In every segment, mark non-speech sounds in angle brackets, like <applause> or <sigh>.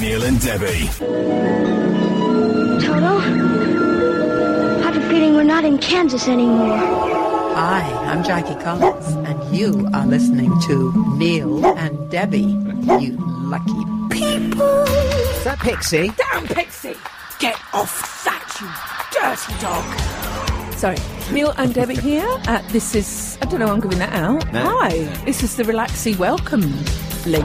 Neil and Debbie. Toto, I have a feeling we're not in Kansas anymore. Hi, I'm Jackie Collins, and you are listening to Neil and Debbie. You lucky Is that Pixie? Down, Pixie! Get off that, you dirty dog! Sorry, Neil and Debbie here. Uh, this is, I don't know, why I'm giving that out. No. Hi, this is the Relaxy Welcome link.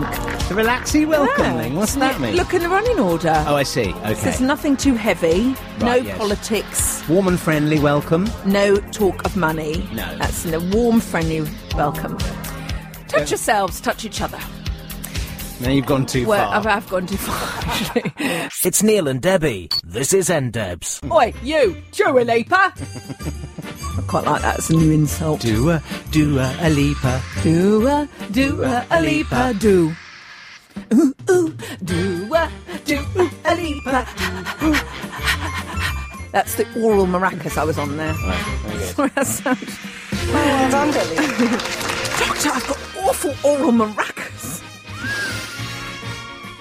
The relaxy welcoming. Yeah. What's that mean? Look in the running order. Oh, I see. Okay. There's nothing too heavy, no Right, yes. politics, Warm and friendly welcome. no talk of money. No. That's in a warm, friendly welcome. Touch yourselves, touch each other. Now you've gone too Well, far. I've, I've gone too far, <laughs> actually. It's Neil and Debbie. This is NDebs. Oi, you, Dua Lipa. I quite like that. It's a new insult. Do do a do a, a leaper. Dua, Dua a Lipa, do. Ooh, ooh, Dua, Dua a Lipa. That's the oral maracas I was on there. Sorry, that sounds... Doctor, I've got awful oral maracas. <laughs>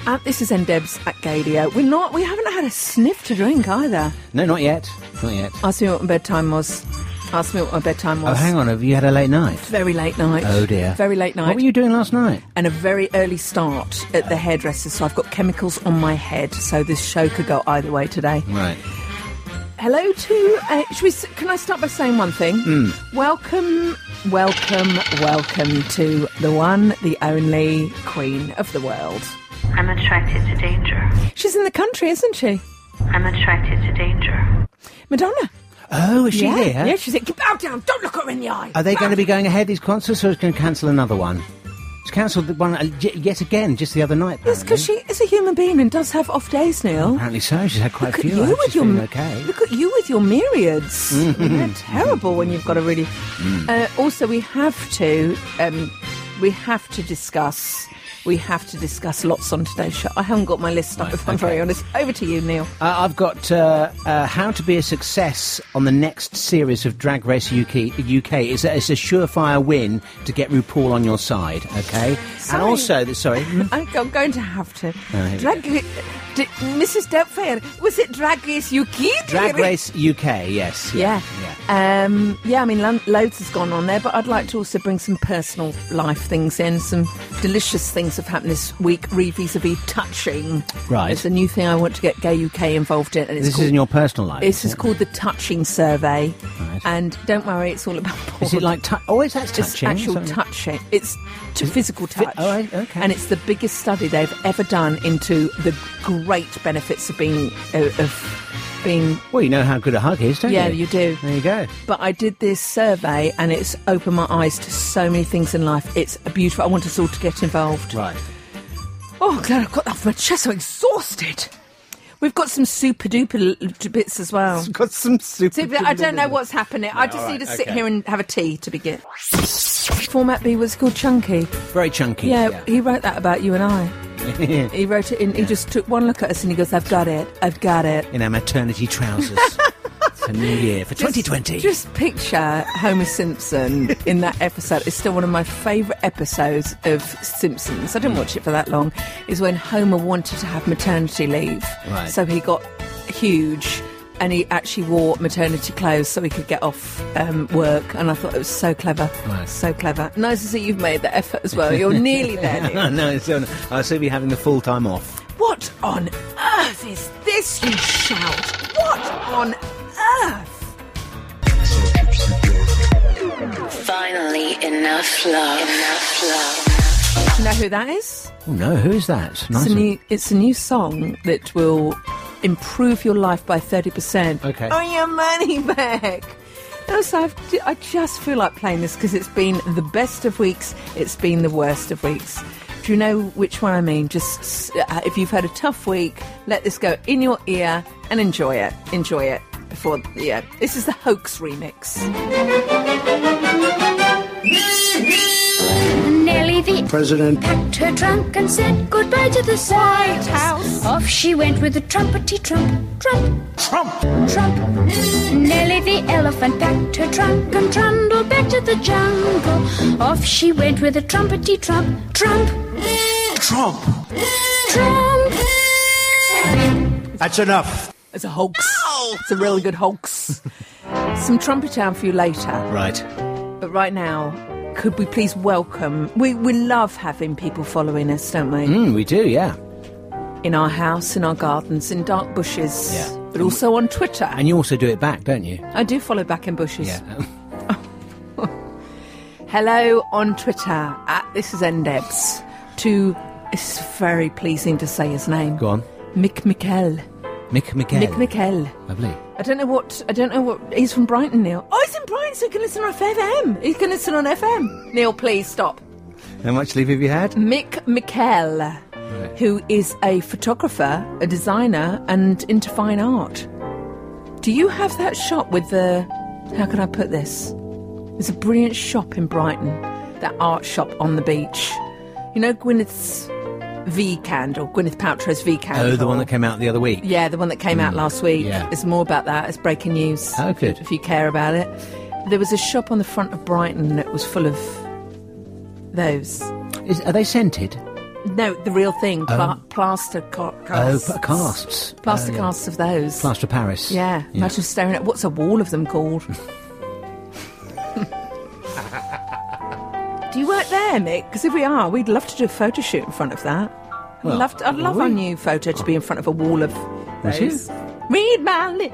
Uh, this is Ndebs at Gadio. We're not, we haven't had a sniff to drink either. No, not yet. Not yet. Ask me what my bedtime was. Ask me what my bedtime was. Oh, hang on. Have you had a late night? Very late night. Oh dear. Very late night. What were you doing last night? And a very early start at the hairdresser, so I've got chemicals on my head. So this show could go either way today. Right. Hello to. Uh, should we, s- can I start by saying one thing? Hmm. Welcome, welcome, welcome to the one, the only Queen of the World. I'm attracted to danger. She's in the country, isn't she? I'm attracted to danger. Madonna. Oh, is she yeah. here? Yeah, she's like, bow down, don't look her in the eye. Ah. Are they going to be going ahead these concerts, or is it going to cancel another one? It's cancelled the one uh, y- yet again, just the other night. Apparently. Yes, because she is a human being and does have off days, Neil. Apparently so. She's had quite Look a at few. I you hope with she's your feeling okay. Mm-hmm. look at you with your myriads. They're terrible when you've got a really. Uh, also, we have to um, we have to discuss we have to discuss lots on today's show. I haven't got my list up, if I'm very honest. Over to you, Neil. Uh, I've got uh, uh, how to be a success on the next series of Drag Race UK. UK. It's, a, it's a surefire win to get RuPaul on your side. Okay, and also the, <laughs> sorry, hmm? I'm, I'm going to have to. here we Drag, uh, d- Mrs. Doubtfire, was it Drag Race UK? Drag Race UK. Yes, yeah. Yeah. Uh, Yeah. Um, yeah, I mean, lo- loads has gone on there, but I'd like to also bring some personal life things in. Some delicious things have happened this week, re vis a vis touching. Right. It's a new thing I want to get Gay UK involved in. And it's This called, is in your personal life. This is is called the Touching Survey. Right. And don't worry, it's all about porn. Is it like tu- oh, is that It's touching? actual Something- touching. It's to physical fi- touch. oh, right, okay. And it's the biggest study they've ever done into the great benefits of being uh, of being Well, you know how good a hug is, don't yeah, you? you do. There you go. But I did this survey and it's opened my eyes to so many things in life. It's beautiful. I want us all to get involved. Right. Oh, I'm glad I've got that off my chest. I'm exhausted. We've got some super duper l- l- bits as well. <laughs> Got some super. See, but I don't know what's happening. I just all need to right, sit okay. here and have a tea to begin. Format B was called Chunky. Very chunky. Yeah, he wrote that about you <laughs> and I. He wrote it in, he just took one look at us and he goes, I've got it, I've got it. in our maternity <laughs> trousers. it's a new year for 2020. Just, just picture Homer Simpson in that episode. It's still one of my favourite episodes of Simpsons. I Hmm. didn't watch it for that long. Is when Homer wanted to have maternity leave, Right. so he got huge. And he actually wore maternity clothes so he could get off um, work. And I thought it was so clever. Right. So clever. Nice to see you've made that effort as <laughs> well. You're nearly there. Nick. no, it's on. I see we're having the full time off. What on earth is this, you shout? What on earth? Finally, enough love. Enough love. You know who that is? Oh no, who is that? Nice It's a one. new it's a new song that will improve your life by thirty percent. Okay. Earn your money <laughs> back. Also, I've, I just feel like playing this because it's been the best of weeks. It's been the worst of weeks. Do you know which one I mean? Just s- uh, if you've had a tough week, let this go in your ear and enjoy it. Enjoy it before yeah. This is the hoax remix. Nellie the President packed her trunk and said goodbye to the White House. Off she went with a trumpety trump, trump, trump, trump. Nellie the Elephant packed her trunk and trundled back to the jungle. Off she went with a trumpety trump, trump, trump, That's enough. It's a hoax. It's a really good hoax. Some trumpet town for you later. Right. But right now, could we please welcome? We, we love having people following us, don't we? Mm, we do, yeah. In our house, in our gardens, in dark bushes, Yeah. but also on Twitter. And you also do it back, don't you? I do follow back in bushes. Hello on Twitter at this is Ndebs to it's very pleasing to say his name. <laughs> Go on. Mick Mikel. Mick Miguel. Mick Mikel. Lovely. I don't know what I don't know what he's from Brighton, Neil. Oh, he's in Brighton, so he can listen on FM. He can listen on FM. Neil, please stop. How much leave have you had? Mick Mikel, who is a photographer, a designer, and into fine art. Do you have that shop with the. How can I put this? There's a brilliant shop in Brighton, that art shop on the beach. You know Gwyneth's V candle, Gwyneth Paltrow's V candle. Oh, the one that came out the other week. Yeah, the one that came out last week. yeah. It's more about that. It's breaking news. Oh, good. If you care about it. There was a shop on the front of Brighton that was full of those. Is, are they scented? No, the real thing, pla- plaster ca- casts. Oh, p- casts. Plaster Oh, yeah. casts of those. Plaster Paris. Yeah, imagine staring at what's a wall of <laughs> them called. do you work there, Mick? Because if we are, we'd love to do a photo shoot in front of that. Well, I'd love, to, I'd love would our we? new photo to be in front of a wall of Would you? those. Read my lip.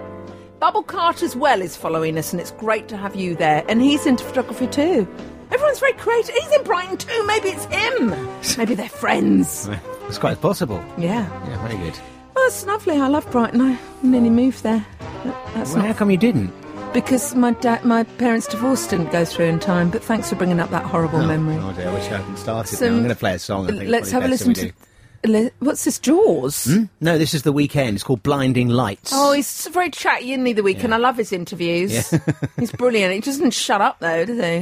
Bubble Cart as well is following us, and it's great to have you there. And he's into photography too. Everyone's very creative. He's in Brighton too. Maybe it's <laughs> him. Maybe they're friends. It's quite possible. Yeah. Yeah, very good. Well, it's lovely. I love Brighton. I nearly moved there. That- That's Well, not how come you didn't? because my da- my parents' divorce didn't go through in time. But thanks for bringing up that horrible memory. Oh dear, I wish I hadn't started. So, now. I'm going to play a song. I think it's Let's have a probably best Hmm? that listen we to. do. le- What's this? Jaws. No, this is the weekend. It's called Blinding Lights. Oh, he's very chatty, isn't he, the weekend? I love his interviews. <laughs> he's brilliant. He doesn't shut up, though, does he?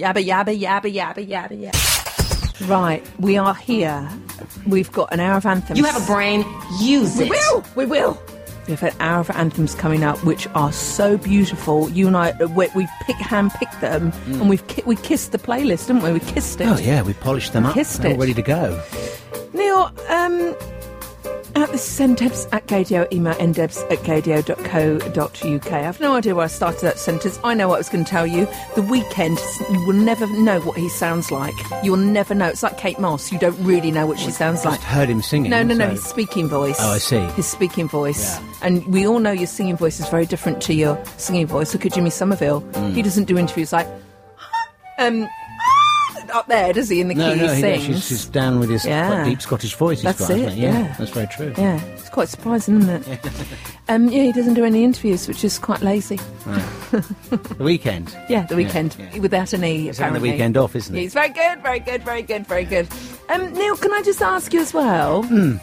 Yabba, yabba, yabba, yabba, yabba, yabba. Right, we are here. We've got an hour of anthems. You have a brain, use We it. will. We will. We have an hour of anthems coming up, which are so beautiful. You and I, uh, we, we've pick, handpicked them, and we've ki- we kissed the playlist, didn't we? We kissed it. Mm. Oh, yeah, we polished them up. Kissed They're all it. ready to go. Neil, um, at the sendebs at gadio, email ndebs at gadio.co.uk. I've no idea where I started that sentence. I know what I was going to tell you. The weekend, you will never know what he sounds like. You'll never know. It's like Kate Moss. You don't really know what she sounds like. Just heard him singing. No, no, no, so- his speaking voice. Oh, I see. His speaking voice. Yeah. And we all know your singing voice is very different to your singing voice. Look at Jimmy Somerville. Mm. He doesn't do interviews like, <laughs> um, <laughs> up there, does he, in the No, key no, he he, sings? she's, she's down with his Yeah. quite deep Scottish voice. he's That's got, hasn't it, he? Yeah, yeah. that's very true. Yeah, it's quite surprising, <laughs> isn't it? um, yeah, he doesn't do any interviews, which is quite lazy. The weekend. Yeah, the weekend yeah. without an e. He's having the apparently. weekend off, isn't he? He's very good, very good, very good, very good. Um, Neil, can I just ask you as well? Hmm.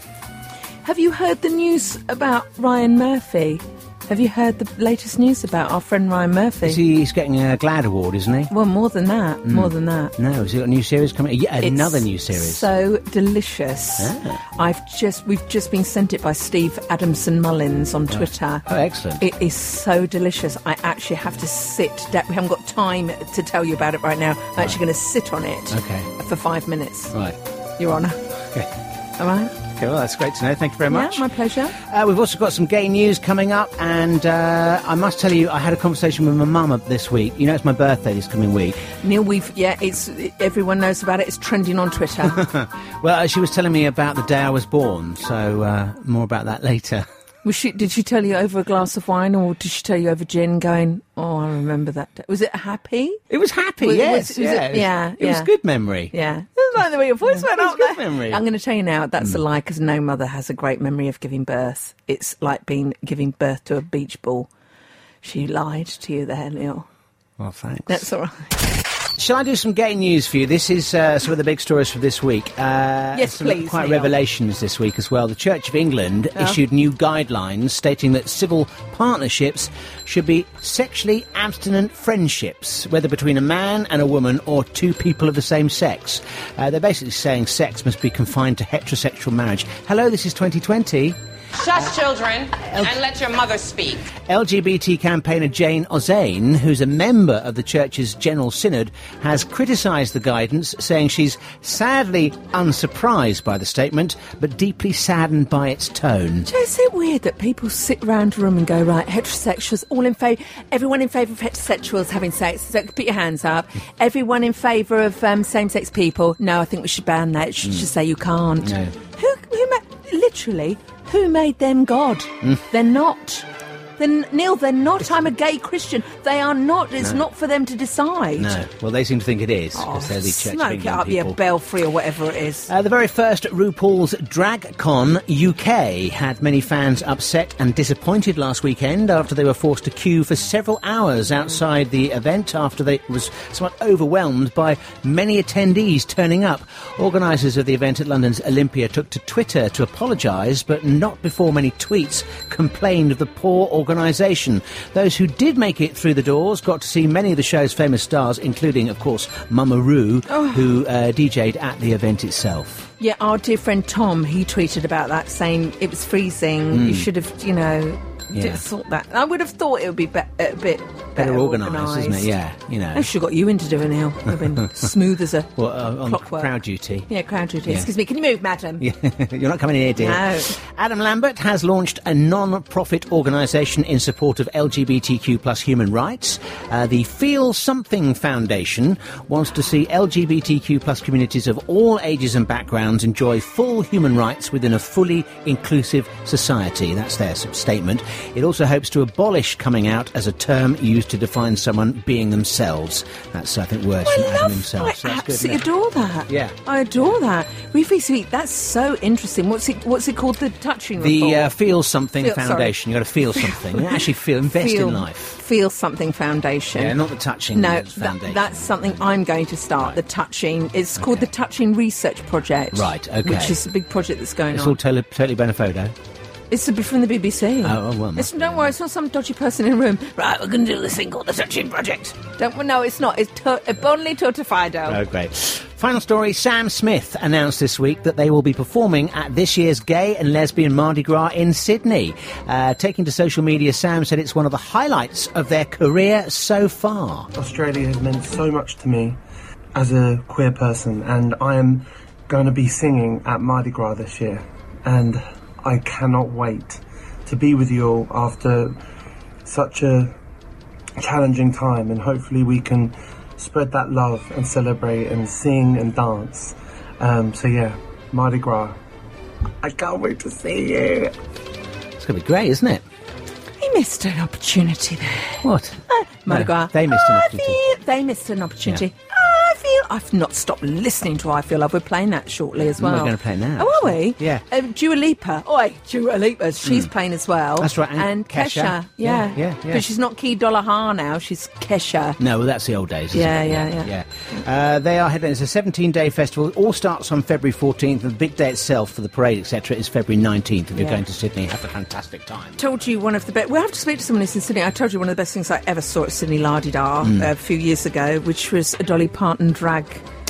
Have you heard the news about Ryan Murphy? Have you heard the latest news about our friend Ryan Murphy? Is he- he's getting a GLAD award, isn't he? well, more than that, more than that. No, has he got a new series coming? Yeah, It's another new series. So delicious. Ah. I've just we've just been sent it by Steve Adamson Mullins on Twitter. Oh, excellent. It is so delicious. I actually have to sit. down. We haven't got time to tell you about it right now. I'm actually going to sit on it Okay. for five minutes, right. <laughs> Your Honour. Okay. All right? Okay, well, that's great to know. Thank you very much. Yeah, my pleasure. Uh, we've also got some gay news coming up, and uh, I must tell you, I had a conversation with my mum up this week. You know, it's my birthday this coming week. Neil, we've yeah, it's everyone knows about it. It's trending on Twitter. <laughs> Well, uh, she was telling me about the day I was born, so uh, more about that <laughs> later. was she, did she tell you over a glass of wine, or did she tell you over gin? Going, oh, I remember that. Day. Was it happy? It was happy, Was- was- yes. was it- yeah, yeah, It was yeah. good memory. Yeah. It's like Oh, the way your voice went That's up good there. memory. I'm going to tell you now, that's a lie because no mother has a great memory of giving birth. It's like being giving birth to a beach ball. She lied to you there, Neil. Well, thanks. That's all right. Shall I do some gay news for you? This is uh, some of the big stories for this week. Uh, Yes, some please, Quite Neil. revelations this week as well. The Church of England issued new guidelines stating that civil partnerships should be sexually abstinent friendships, whether between a man and a woman or two people of the same sex. Uh, they're basically saying sex must be confined to heterosexual marriage. Hello, this is 2020. Shush, children, and let your mother speak. LGBT campaigner Jane Ozane, who's a member of the church's General Synod, has criticised the guidance, saying she's sadly unsurprised by the statement, but deeply saddened by its tone. Is it weird that people sit round a room and go, right, heterosexuals, all in favour, everyone in favour of heterosexuals having sex, so put your <laughs> hands up. Everyone in favour of um, same-sex people, no, I think we should ban that. You should Mm. just say you can't. No. Who, who ma- literally, who made them God? Mm. They're not. Then Neil, they're not. I'm a gay Christian. They are not. It's not for them to decide. No, well, they seem to think it is. 'cause they're the Church of Oh, Smoke it England up, yeah, people. belfry or whatever it is. Uh, the very first RuPaul's Drag Con UK had many fans upset and disappointed last weekend after they were forced to queue for several hours outside the event after they was somewhat overwhelmed by many attendees turning up. Organisers of the event at London's Olympia took to Twitter to apologise, but not before many tweets complained of the poor organisation. Those who did make it through the doors got to see many of the show's famous stars, including, of course, Mama Roo, who uh, DJ'd at the event itself. Yeah, our dear friend Tom, he tweeted about that, saying it was freezing. You should have, you know, Hmm. Yeah. did sort that. I would have thought it would be, be- a bit Better better organised, organised, isn't it? Yeah, you know. I should have got you into doing it, Neil. Would <laughs> have been smooth as a Well, uh, on clockwork. crowd duty. Yeah, crowd duty. Yeah. Excuse me, can you move, <laughs> madam? You're not coming in here, dear. No. Adam Lambert has launched a non-profit organisation in support of LGBTQ plus human rights. Uh, the Feel Something Foundation wants to see LGBTQ plus communities of all ages and backgrounds enjoy full human rights within a fully inclusive society. That's their s- statement. It also hopes to abolish coming out as a term used to define someone being themselves. That's, I think, words from I Adam love himself. So I that's good, isn't absolutely it? adore that. Yeah. I adore that. Reefy Sweet, that's so interesting. What's it What's it called? The touching The report? uh, Feel Something Feel- sorry. Foundation. You've got to <laughs> feel something. You actually feel, invest feel, in life. Feel something foundation. Yeah, not the touching No, foundation. that, that's something I'm going to start. The touching. It's called the Touching Research Project. Right, okay. Which is a big project that's going It's on. all totally, totally benefodo. it's to be from the BBC. Oh, oh, well, It's, must be, don't worry, it's not some dodgy person in a room. Right, we're going to do this thing called the Touching Project. Don't no, it's not. It's to- Bonley Tortifido. Oh, great. Final story Sam Smith announced this week that they will be performing at this year's Gay and Lesbian Mardi Gras in Sydney. Uh, taking to social media, Sam said it's one of the highlights of their career so far. Australia has meant so much to me as a queer person, and I am going to be singing at Mardi Gras this year. And I cannot wait to be with you all after such a challenging time, and hopefully, we can spread that love and celebrate and sing and dance. Um, so, yeah, Mardi Gras. I can't wait to see you. It's going to be great, isn't it? He missed an opportunity there. What? My No, God. they missed an I opportunity. Feel, they missed an opportunity. I feel. I've not stopped listening to I Feel Love. We're playing that shortly as We're well. gonna play now, Oh, are actually. we? Yeah. Mm. Um, Dua Lipa. Oi, Dua Lipa. She's playing as well. That's right, and And, Kesha. Kesha. Yeah, Yeah. yeah, yeah. But she's not Key Dollar Ha now. She's Kesha. No, well, that's the old days. Isn't Yeah, it? yeah, yeah. yeah. Uh, they are headlining. It's a 17-day festival. It all starts on February 14th, and the big day itself for the parade, etc., is February 19th. If you're Yeah. going to Sydney, have a fantastic time. told you one of the best. We have to speak to someone who's in Sydney. I told you one of the best things I ever saw at Sydney Lardy Dar Mm. uh, a few years ago, which was a Dolly Parton drag.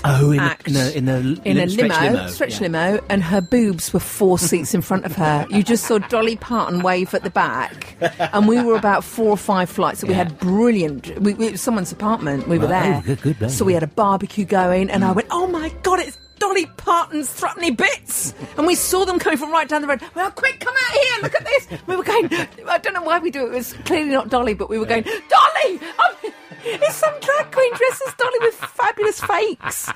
Oh, in a- act in a- in a l- in a lim- stretch limo, limo, yeah. limo, and her boobs were four seats in front of her. You just saw Dolly Parton wave at the back, and we were about four or five flights. So we Yeah. had brilliant. We, we, it was someone's apartment. We were Right. there, Oh, good- good blend, so we yeah. Mm. had a barbecue going, and I went, "Oh my god, it's." Dolly Parton's Thrupney Bits! And we saw them coming from right down the road. Well, quick, come out here, look at this! We were going, I don't know why we do it, it was clearly not Dolly, but we were going, Dolly! Oh, <laughs> it's some drag queen dressed as Dolly with fabulous fakes!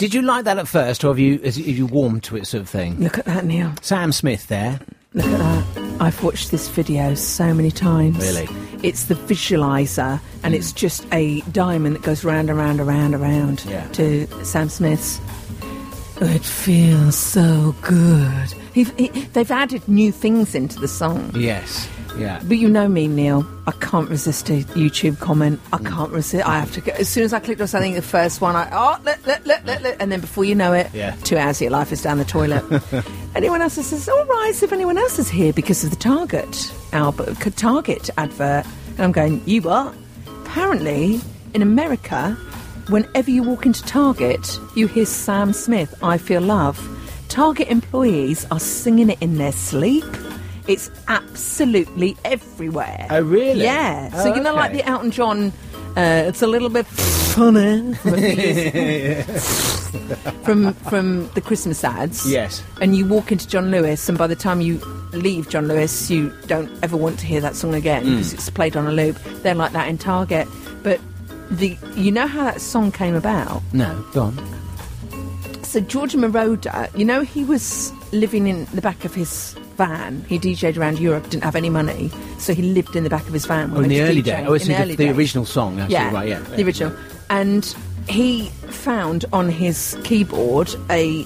Did you like that at first, or have you is, have you warmed to it, sort of thing? Look at that, Neil. Sam Smith there. Look at that. I've watched this video so many times. Really? Hmm. It's the visualizer, and it's just a diamond that goes round and round and round and round Yeah. to Sam Smith's. It feels so good. He, he, they've added new things into the song. Yes. Yeah. But you know me, Neil. I can't resist a YouTube comment. I Hmm. can't resist. I have to go. As soon as I clicked on something, the first one, I, oh, look, look, look, look, look. And then before you know it, Yeah. two hours of your life is down the toilet. <laughs> anyone else says, all right, if anyone else is here because of the Target album, Target advert. And I'm going, you what? Apparently, in America, whenever you walk into Target, you hear Sam Smith, I Feel Love. Target employees are singing it in their sleep. It's absolutely everywhere. Oh, really? Yeah. so Oh, you know, like okay. the Elton John. Uh, it's a little <laughs> bit funny from from the Christmas ads. Yes. And you walk into John Lewis, and by the time you leave John Lewis, you don't ever want to hear that song again Hmm. because it's played on a loop. They're like that in Target, but the you know how that song came about. No, go on. So George Moroder, you know, he was living in the back of his van. He DJ'd around Europe, didn't have any money, so he lived in the back of his van. Oh, in when he the was early DJing, day. Oh, it's in the, the early the days. original song. Actually, right? Yeah. the original. And he found on his keyboard a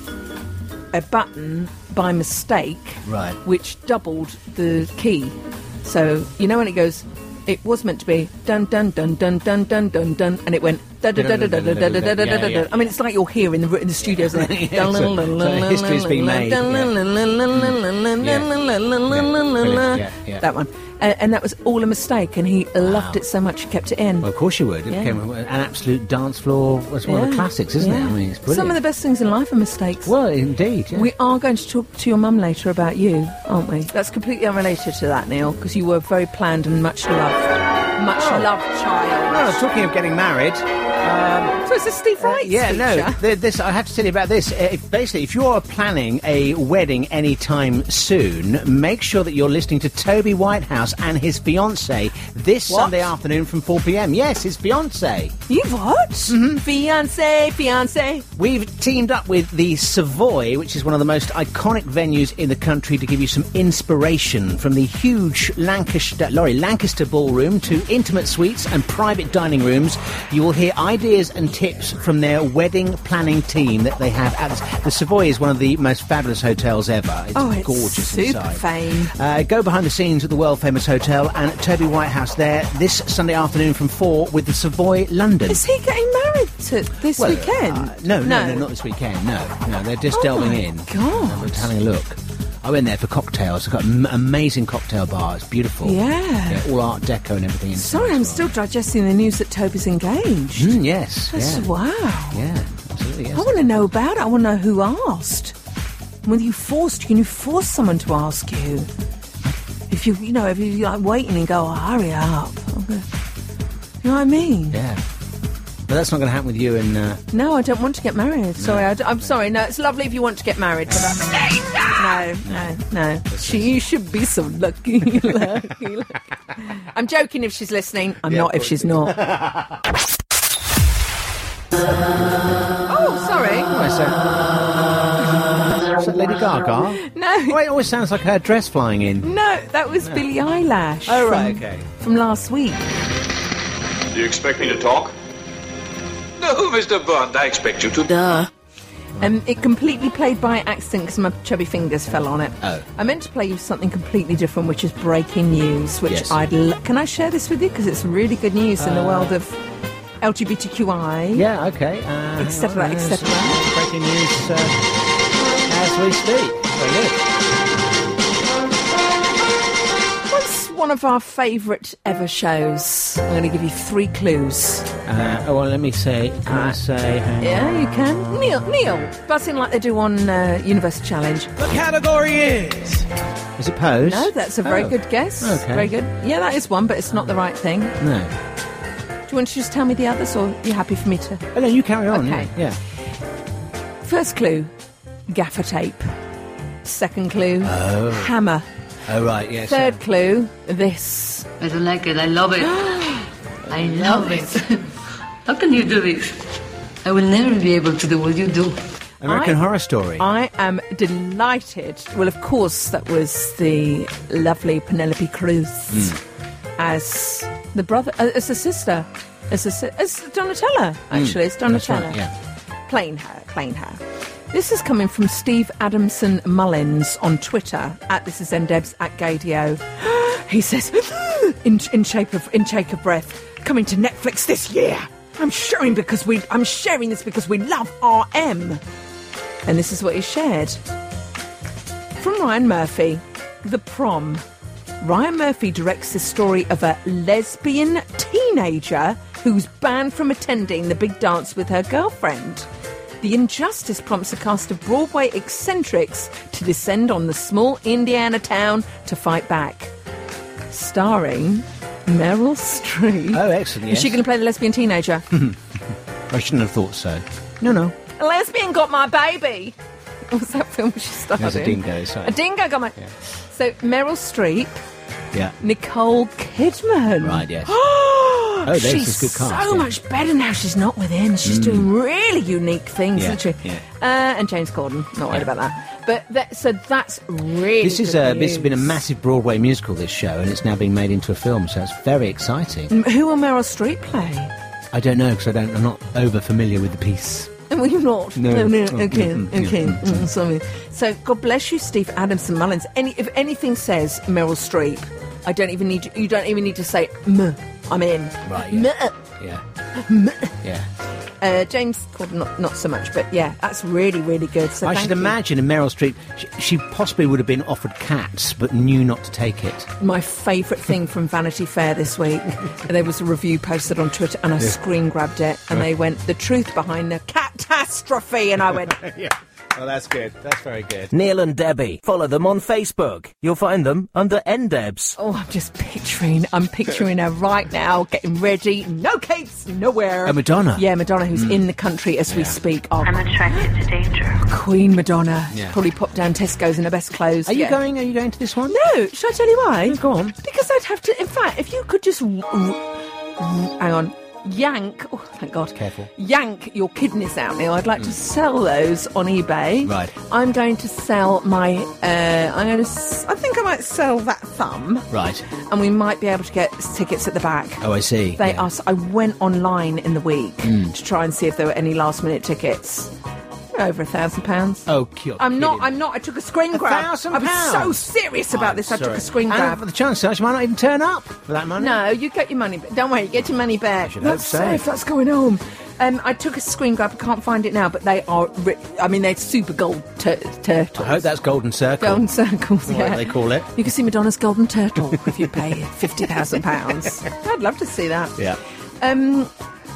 a button by mistake, Right. which doubled the key. So you know when it goes, it was meant to be dun dun dun dun dun dun dun dun, and it went da da da da da da da da da da da. da. I mean, it's like you're here in the in the studios. and it- Yeah, <laughs> so- so history's been made, yeah. Brilliant, yeah, yeah. That one, and, and that was all a mistake, and he loved it so much he kept it in. Well, of course you would. It Yeah. became an absolute dance floor. It's one of the Yeah, classics, isn't it? yeah. I mean, it's brilliant. Some of the best things in life are mistakes. Well, indeed. yeah. We are going to talk to your mum later about you, aren't we? That's completely unrelated to that, Neil, because you were very planned and much loved. Much loved child. Uh, Well, oh, talking of getting married, Oh, So it's a Steve Wright yeah, no, feature. <laughs> th- this I have to tell you about this. Uh, If, basically, if you're planning a wedding anytime soon, make sure that you're listening to Toby Whitehouse and his fiance this Sunday afternoon from 4 p.m. Yes, his fiance. You've what? Mm-hmm. Fiance, fiance. We've teamed up with the Savoy, which is one of the most iconic venues in the country, to give you some inspiration from the huge Lancaster, Laurie, Lancaster ballroom to intimate suites and private dining rooms. You will hear ideas and tips from their wedding planning team that they have. At the- the Savoy is one of the most fabulous hotels ever. It's Oh, it's gorgeous super inside. fame. Uh, go behind the scenes at the world famous hotel and Toby Whitehouse there this Sunday afternoon from four with the Savoy London. Is he getting married to this Well, weekend? uh, no, no, no, not this weekend. No, no, they're just Oh delving my in. God. They're having a look. I went there for cocktails. I've got an amazing cocktail bar. It's beautiful. Yeah. all Art Deco and everything. inside Sorry, as I'm well. still digesting the news that Toby's engaged. Mm, yes. That's yeah. wow. Yeah, absolutely. Yes. I want to know about it. I want to know who asked. Whether you forced, can you force someone to ask you? If you, you know, if you like waiting and go, oh, hurry up. I'm gonna- You know what I mean? Yeah. But that's not going to happen with you and. Uh, No, I don't want to get married. Sorry, I d- I'm sorry. No, it's lovely if you want to get married. But I- no, no, no. She, you should be so lucky, <laughs> lucky, lucky. I'm joking if she's listening. I'm not if she's not. oh, sorry. why is that- Is that Lady Gaga? No. Well, it always sounds like her dress flying in. No, that was Billie Eyelash. Oh, right, from, okay. From last week. Do you expect me to talk? No, Mr. Bond, I expect you to. Duh. Um, it completely played by accident because my chubby fingers fell on it. Oh. I meant to play you something completely different, which is breaking news, which Yes. Uh. I'd l- Can I share this with you? Because it's really good news in the world of LGBTQI. Yeah, okay. Uh, hang Et cetera, on, et uh, cetera. Breaking news uh, as we speak. Very good. What's one of our favourite ever shows? I'm going to give you three clues. Uh, oh, well, let me say. Can I say? uh, hang on. Yeah, you can. Neil, Neil, buzz in like they do on uh, Universe Challenge. Is it pose? No, that's a very Oh. good guess. Okay. Very good. Yeah, that is one, but it's not the right thing. No. Do you want to just tell me the others, or are you happy for me to? Oh, no, you carry on. Okay. Yeah. First clue gaffer tape. Second clue hammer. Oh, right, yes. Third clue this. I don't like it. I love <gasps> it. I love it. How can you do this? I will never be able to do what you do. American I- Horror Story. I am delighted. Well, of course, that was the lovely Penelope Cruz Hmm. as the brother, uh, as the sister, as, the, si- as Donatella, actually. It's Hmm. That's Donatella. right, yeah. Plain hair, plain hair. This is coming from Steve Adamson Mullins on Twitter at this is Ndebs at Gadio. <gasps> He says, <gasps> in, in shape of in shake of breath, coming to Netflix this year. I'm sharing because we I'm sharing this because we love RM. And this is what he shared from Ryan Murphy, The Prom. Ryan Murphy directs the story of a lesbian teenager who's banned from attending the big dance with her girlfriend. The injustice prompts a cast of Broadway eccentrics to descend on the small Indiana town to fight back. Starring Meryl Streep. Oh, excellent, Is she yes. going to play the <laughs> lesbian teenager? I shouldn't have thought so. No, no. a lesbian got my baby. What was that film she starred There's a in? dingo, sorry. A dingo got my. So Meryl Streep, Yeah. Nicole Kidman. <gasps> Right, yes. oh, there's she's this good cast, so yeah. much better now. She's not within. She's doing really unique things, Yeah, isn't she? yeah. Uh, and James Corden. Not worried about that. But that, so that's really. This is good a, this has been a news. massive Broadway musical. This show, and it's now being made into a film, so it's very exciting. M- Um, Who will Meryl Streep play? <laughs> I don't know because I don't. I'm not over familiar with the piece. Were you not? No. no, Mm, okay, mm, mm, okay. mm, mm, sorry. So, God bless you, Steve Adamson Mullins. Any, if anything says Meryl Streep, I don't even need you. Don't even need to say M. I'm in. Right, M. Yeah, M. yeah. Uh, James Corden, not, not so much, but yeah, that's really, really good. So I thank should you. imagine a Meryl Streep. She, she possibly would have been offered cats, but knew not to take it. My favourite thing from Vanity Fair this week, <laughs> there was a review posted on Twitter, and I Yeah. screen grabbed it, and they went, "The truth behind the catastrophe," and I went, yeah. Well, that's good. That's very good. Neil and Debbie. Follow them on Facebook. You'll find them under NDebs. Oh, I'm just picturing. I'm picturing her right now, getting ready. No capes, nowhere. Oh, Madonna. Mm. Yeah, Madonna, who's in the country as we speak. Oh, I'm attracted to danger. Queen Madonna. Yeah. Probably popped down Tesco's in her best clothes. Are you Yeah. going? Are you going to this one? No. Should I tell you why? go on. Because I'd have to. In fact, if you could just, r- r- hang on, yank. Oh, thank God. Careful. Mm. Yank your kidneys out, Neil. I'd like to sell those on eBay. Right. I'm going to sell my. Uh, I'm going to. S- I think I might sell that thumb. Right. and we might be able to get tickets at the back. Oh, I see. They are. I went online in the week Mm. to try and see if there were any last minute tickets. Over a thousand pounds. Oh, cute. I'm not. I'm not. I took a screen grab. thousand I was so pounds? Oh, serious about this. I took a screen and grab. for the chance are, she might not even turn up for that money. No, you get your money. back. Don't worry, you get your money back. should That's hope so. safe. That's going home. Um, I took a screen grab. I can't find it now, but they are. Ri- I mean, they're super gold tur- I turtles. hope that's Golden Circle. Golden circles. Whatever yeah. they call it. You can see Madonna's golden turtle if you pay fifty thousand <laughs> pounds. I'd love to see that. Yeah. Um,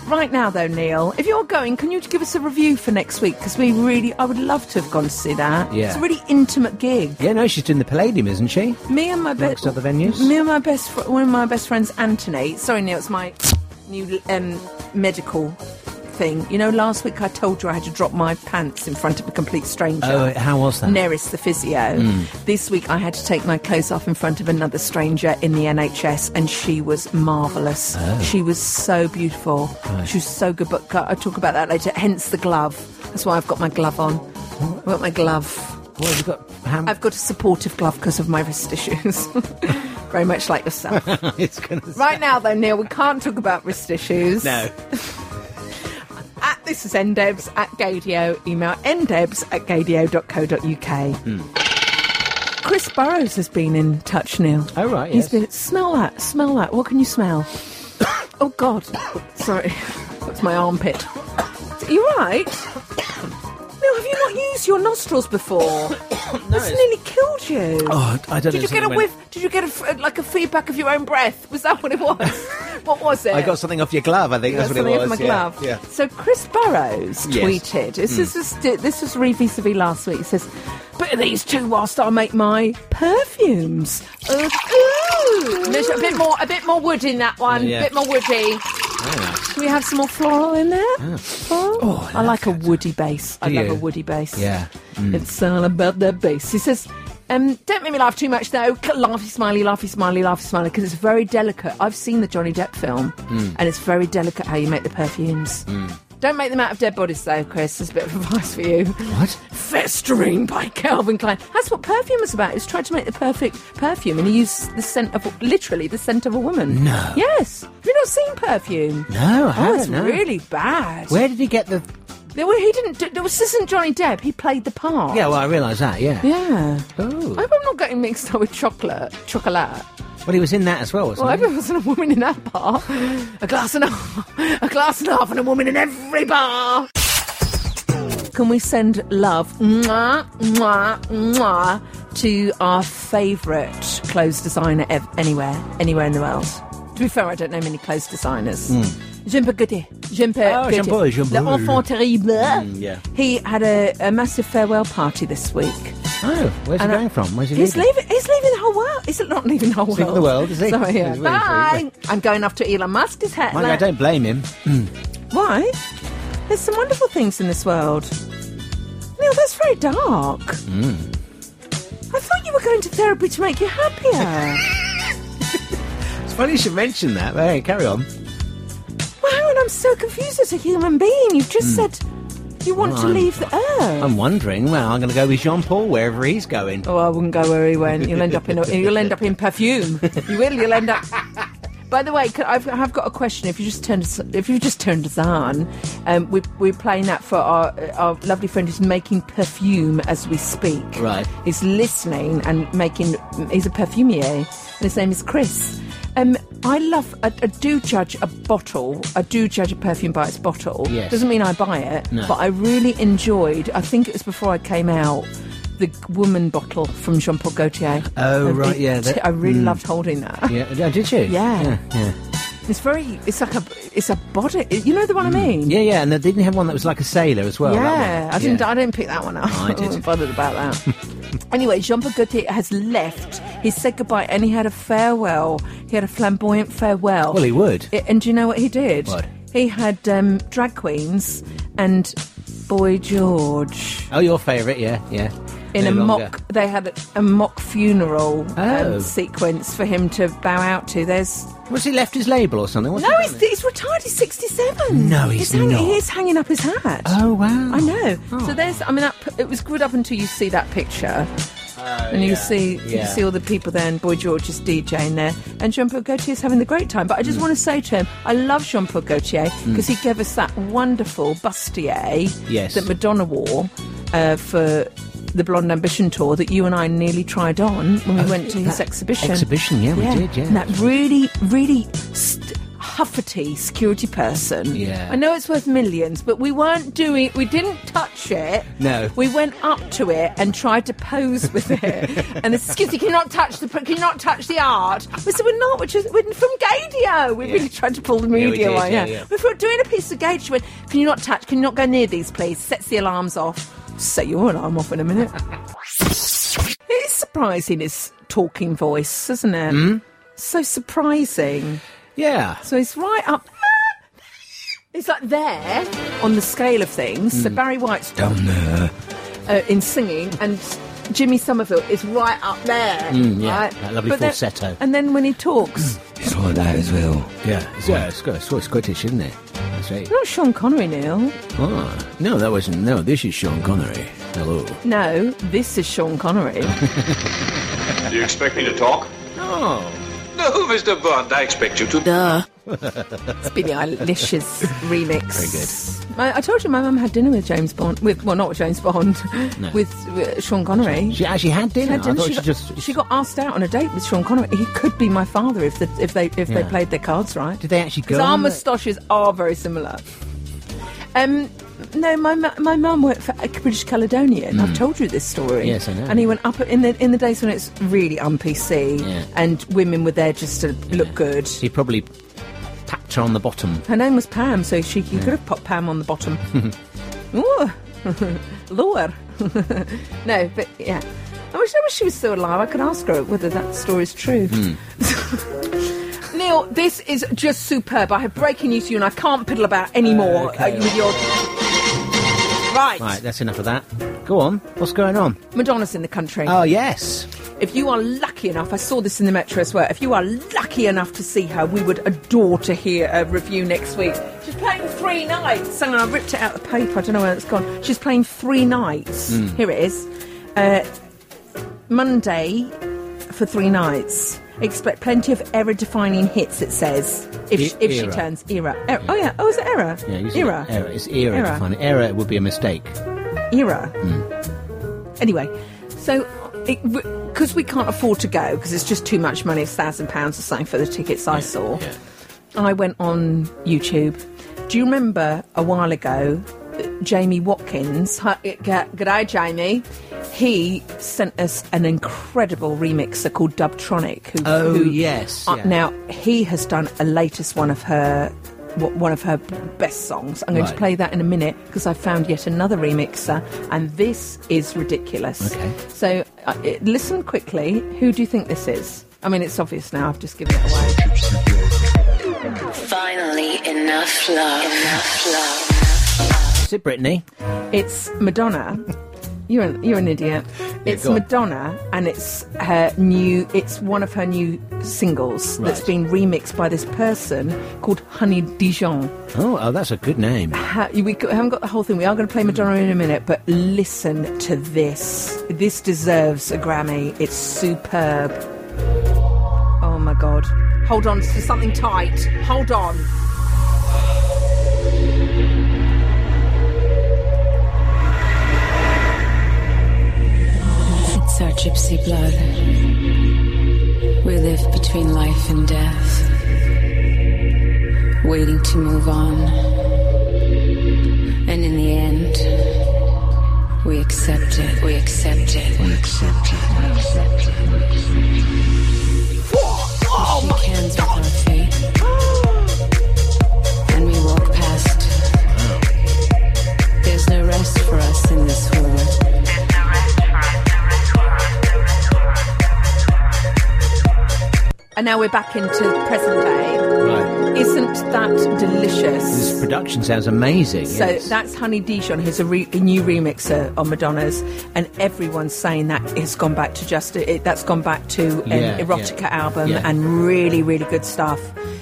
right now, though, Neil, if you're going, can you give us a review for next week? Because we really, I would love to have gone to see that. Yeah. It's a really intimate gig. Yeah, no, she's doing the Palladium, isn't she? Me and my best, Amongst other venues. me and my best, fr- one of my best friends, Anthony. Sorry, Neil, it's my new um, medical thing. You know, last week I told you I had to drop my pants in front of a complete stranger. Oh, how was that? Neris, the physio. Mm. This week I had to take my clothes off in front of another stranger in the NHS, and she was marvellous. Oh. She was so beautiful. Right. She was so good, but I talk about that later. Hence the glove. That's why I've got my glove on. I've got my glove. What have you got? I've got a supportive glove because of my wrist issues. <laughs> Very much <laughs> like yourself. <laughs> it's gonna. right now, though, Neil, we can't talk about wrist issues. No. At this is ndebs at gadio. Email ndebs at gadio.co.uk. Hmm. Chris Burrows has been in touch, Neil. Oh right, yes. He's been. Smell that. Smell that. What can <coughs> you smell? oh God. Sorry. That's my armpit. Are you right? <coughs> Neil, have you not used your <coughs> nostrils before? That's nearly killed you. Oh, I don't know Did you something get a went- whiff? Did you get a f- uh, like a feedback of your own breath? Was that what it was? <laughs> what was it? I got something off your glove. I think You that's got what it was. something off my yeah, glove. Yeah. So Chris Burrows Yes. tweeted. This Mm. is just, this was re vis last week. He says, "Bit of these two whilst I make my perfumes." Uh, ooh, There's a bit more, a bit more wood in that one. A Yeah. bit more woody. Can we have some more floral in there? Oh, I, like a woody bass. I Do love you? a woody bass. Yeah. Mm. It's all about the bass. He says, um, don't make me laugh too much though. Laughy smiley, laughy smiley, laughy smiley, because it's very delicate. I've seen the Johnny Depp film, Mm. and it's very delicate how you make the perfumes. Mm. Don't make them out of dead bodies though, Chris. There's a bit of advice for you. What? Festering by <laughs> Calvin Klein. That's what perfume was about. He was trying to make the perfect perfume, and he used the scent of literally the scent of a woman. No. Yes. Have you not seen perfume? No, I Oh, it's haven't, no. really bad. Where did he get the? There were- he didn't. do- There was this isn't Johnny Depp. He played the part. Yeah, well, I realise that. Yeah. Yeah. Oh. I hope I'm not getting mixed up with chocolate. Chocolate. Well, he was in that as well, wasn't Well, I he? hope it wasn't a woman in that bar. A glass and a half. A glass and a half and a woman in every bar. Can we send love mwah, mwah, mwah, to our favourite clothes designer ev- anywhere, anywhere in the world? To be fair, I don't know many clothes designers. Mm. Jean Paul Gaultier. Jean Paul Oh, Jean Paul, Gaultier. Jean Paul. The enfant terrible. Mm, yeah. He had a, a massive farewell party this week. Oh, where's he And I- going from? Where's he he's leaving? leaving. He's leaving the whole world. Is it not leaving the whole He's world? leaving the world, is he? Sorry, yeah. He's really free, Bye. I'm going off to Elon Musk. His hat. Mind you, I don't blame him. Why? There's some wonderful things in this world. Neil, that's very dark. Mm. I thought you were going to therapy to make <laughs> you happier. It's funny you should mention that. But hey, carry on. wow, and I'm so confused as a human being. You've Hmm. just said you want Well, to I'm- leave the earth. I'm wondering. Well, I'm going to go with Jean Paul wherever he's going. Oh, I wouldn't go where he went. You'll end up in a, you'll end up in perfume. You will. You'll end up. <laughs> By the way, could- I've, I've got a question. If you just turned us, if you just turned us on, um, we, we're playing that for our uh, our lovely friend who's making perfume as we speak. Right. He's listening and making. He's a perfumier, and his name is Chris. Um, I love. I, I do judge a bottle. I do judge a perfume by its bottle. Yes. Doesn't mean I buy it, No. but I really enjoyed. I think it was before I came out. The woman bottle from Jean Paul Gaultier. Oh, I right, did- yeah, that- I really mm. loved holding that. Yeah, yeah, did you? Yeah. yeah, yeah, It's very. It's like a. It's a body. You know the one I mean. Mm. yeah, yeah. And they didn't have one that was like a sailor as well. that yeah, one. I didn't. Yeah. I didn't pick that one up. I did. wasn't bothered about <laughs> that. anyway, Jean Paul Gaultier has left. He said goodbye and he had a farewell. He had a flamboyant farewell. Well, he would. I- and do you know what he did? What? He had um, drag queens and Boy George Oh, your favourite? Yeah, yeah. in No a longer. mock. They had a, a mock funeral Oh. um, sequence for him to bow out to. There's Was he left his label or something? What's no, he he's, he's retired. He's sixty-seven. No, he's hang- not. He's hanging up his hat. Oh wow! I know. So there's. I mean, that, p- it was good up until you see that picture. Uh, and you yeah, see you yeah. see all the people there, and Boy George is DJing there, and Jean Paul Gaultier is having the great time. But I Mm. just want to say to him, I love Jean Paul Gaultier because he gave us that wonderful bustier Yes. that Madonna wore uh, for the Blonde Ambition tour that you and I nearly tried on when we Oh, went to his that exhibition. exhibition, yeah, we did, yeah. And that really, really st- huffety security person. Yeah. I know it's worth millions, but we weren't doing. We didn't touch it. No. We went up to it and tried to pose with it. and this, excuse me, can you not touch the can you not touch the art? We said we're not. We're, just, we're from Gadio. We Yeah. really tried to pull the Yeah, we media did, on. yeah, yeah. yeah. If we're doing a piece of gauge, she went, Can you not touch? Can you not go near these, please? Sets the alarms off. Set your alarm off in a <laughs> minute. it's surprising, his talking voice, isn't it? Hmm? Mm. So surprising. Yeah. So he's right up. <laughs> It's like there on the scale of things. So Hmm. Mm. Barry White's Down there. uh, in singing, and Jimmy Somerville is right up there. Mm, yeah, right? that lovely then- falsetto. Mm. and then when he talks, It's like that as well. Yeah, it's, yeah. It's, got, it's got Scottish, isn't it? That's right. not Sean Connery, Neil. Ah, no, that wasn't. No, this is Sean Connery. Hello. No, this is Sean <laughs> Connery. Do you expect me to talk? No. No, Mr. Bond, I expect you to. Duh. It's Billie Eilish's remix. Very good. My, I told you my mum had dinner with James Bond. With well, not with James Bond, <laughs> No. with uh, Sean Connery. She actually had dinner. I thought she got, just- she got asked out on a date with Sean Connery. He could be my father if the, if they if they Yeah. played their cards right. Did they actually go Because our on the- moustaches are very similar. Um. No, my mu- my mum worked for a British Caledonian. I've Mm. told you this story. Yes, I know. And he went up in the in the days when it's really un PC, Yeah. and women were there just to look good. He probably tapped her on the bottom. Her name was Pam, so she you Yeah. could have popped Pam on the <laughs> bottom. Ooh, <laughs> lower. <laughs> no, but yeah. I wish, I wish she was still alive. I could ask her whether that story's true. Hmm. <laughs> Neil, this is just superb. I have breaking news to you, and I can't piddle about anymore Okay. uh, with your. Right. Right, that's enough of that. Go on. What's going on? Madonna's in the country. Oh, yes. If you are lucky enough, I saw this in the Metro as well. If you are lucky enough to see her, we would adore to hear a review next week. She's playing three nights. Hang on, I ripped it out of the paper. I don't know where it's gone. She's playing three nights. Hmm. Mm. Here it is. Uh, Monday for three nights. Expect plenty of era-defining hits. It says if E- she, if she era. turns era. era. Oh yeah. Oh, is it era? Yeah, you said era. Error. It's era, Era. to find it. Error would be a mistake. Era. Mm. Anyway, so because we can't afford to go because it's just too much money, it's thousand pounds or something for the tickets I saw. I went on YouTube. Do you remember a while ago, uh, Jamie Watkins? Hi, uh, g- Good day, Jamie. He sent us an incredible remixer called Dubtronic. Who, Oh, who- yes, uh, yeah. Now he has done a latest one of her w- one of her best songs. I'm going Right. to play that in a minute because I found yet another remixer, and this is ridiculous. Okay. So uh, it- listen quickly. Who do you think this is? I mean, it's obvious now. I've just given it away. Finally, enough love. Enough love. Is it Britney? It's Madonna. You're an, you're an idiot. It's go on. Madonna, and it's her new. It's one of her new singles that's Right. been remixed by this person called Honey Dijon. Oh, oh, that's a good name. Ha- Uh, we c- haven't got the whole thing. We are going to play Madonna in a minute, but listen to this. This deserves a Grammy. It's superb. Oh my god! Hold on to something tight. Hold on. It's our gypsy blood. We live between life and death, waiting to move on. And in the end, we accept it. We accept it. We accept it. We accept it. We shake hands with our fate, and we walk past. There's no rest for us in this world. And now we're back into present day. Right. Isn't that delicious? This production sounds amazing. So yes. that's Honey Dijon, who's a, re- a new remixer on Madonna's, and everyone's saying that it's gone back to just it, that's gone back to an Yeah, erotica yeah, album yeah. and really really good stuff.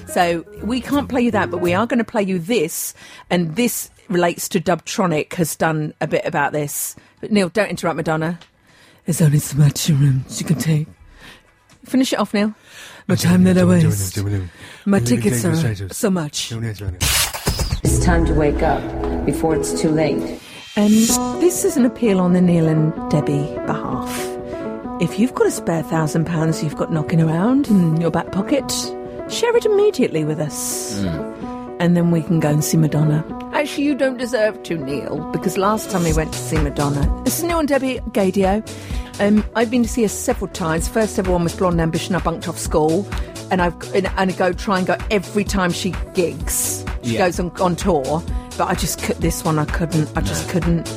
So we can't play you that, but we are going to play you this, and this relates to Dubtronic has done a bit about this. But Neil, don't interrupt Madonna. There's only so much room she can take. Finish it off, Neil. My time that I waste. My tickets are so much. It's time to wake up before it's too late. And this is an appeal on the Neil and Debbie behalf. If you've got a spare thousand pounds you've got knocking around in your back pocket, share it immediately with us. And then we can go and see Madonna. Actually, you don't deserve to, Neil, because last time we went to see Madonna, this is Neil and Debbie at Gadio. Um, I've been to see her several times. First ever one was Blonde Ambition. I bunked off school, and I've and, and I go try and go every time she gigs. She Yeah. goes on, on tour, but I just could this one I couldn't. I just couldn't.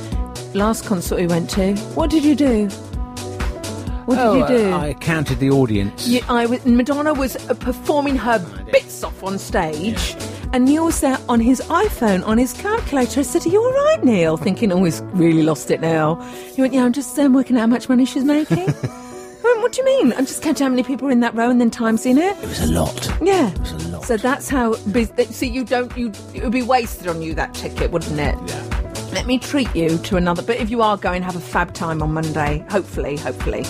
Last concert we went to, what did you do? What did Oh, you do? uh, I counted the audience. Yeah, I was, Madonna was uh, performing her bits off on stage, and Neil was there on his iPhone, on his calculator. I said, Are you all right, Neil? Thinking, Oh, he's really lost it now. He went, Yeah, I'm just um, working out how much money <laughs> she's making. I went, What do you mean? I'm just counting how many people are in that row and then times in it. It was a lot. Yeah. So that's how. bus- that- So you don't. You it would be wasted on you that ticket, wouldn't it? Yeah. Let me treat you to another. But if you are going, have a fab time on Monday. Hopefully, hopefully.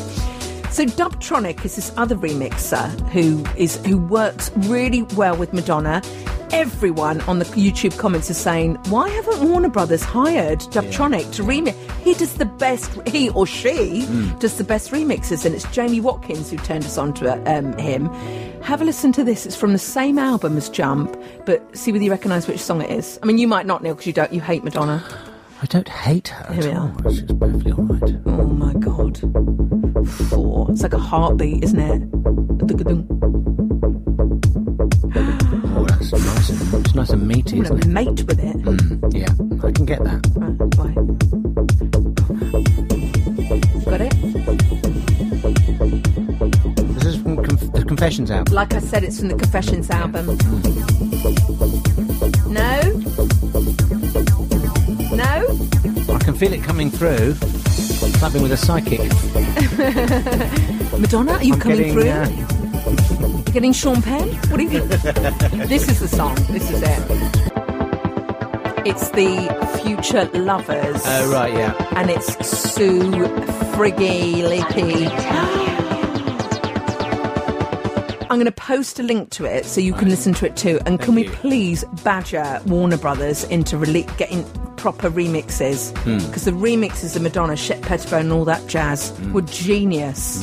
So Dubtronic is this other remixer who is who works really well with Madonna. Everyone on the YouTube comments is saying, "Why haven't Warner Brothers hired Dubtronic to remix? He does the best. He or she Mm. does the best remixes." And it's Jamie Watkins who turned us on to um, him. Have a listen to this. It's from the same album as Jump, but see whether you recognise which song it is. I mean, you might not, Neil, because you don't. You hate Madonna. I don't hate her. Here we are. She's perfectly all right. Oh my god. Four. It's like a heartbeat, isn't it? Oh, that's nice. and- It's nice and meaty, I'm isn't gonna it? mate with it. Mm, yeah, I can get that. Got it? This is from conf- the Confessions album. Like I said, it's from the Confessions album. No? No? I can feel it coming through. Something with a psychic. Madonna, are you I'm coming getting, through? uh, You getting Sean Penn? What do <laughs> you think? this is the song. This is it. It's the Future Lovers. Oh, right, yeah. And it's Sue Friggy Lippy. I'm going to post a link to it so you can listen to it too. And can we please badger Warner Brothers into rele- getting proper remixes? Hmm. Because the remixes of Madonna, Shep Pettibone, and all that jazz were genius.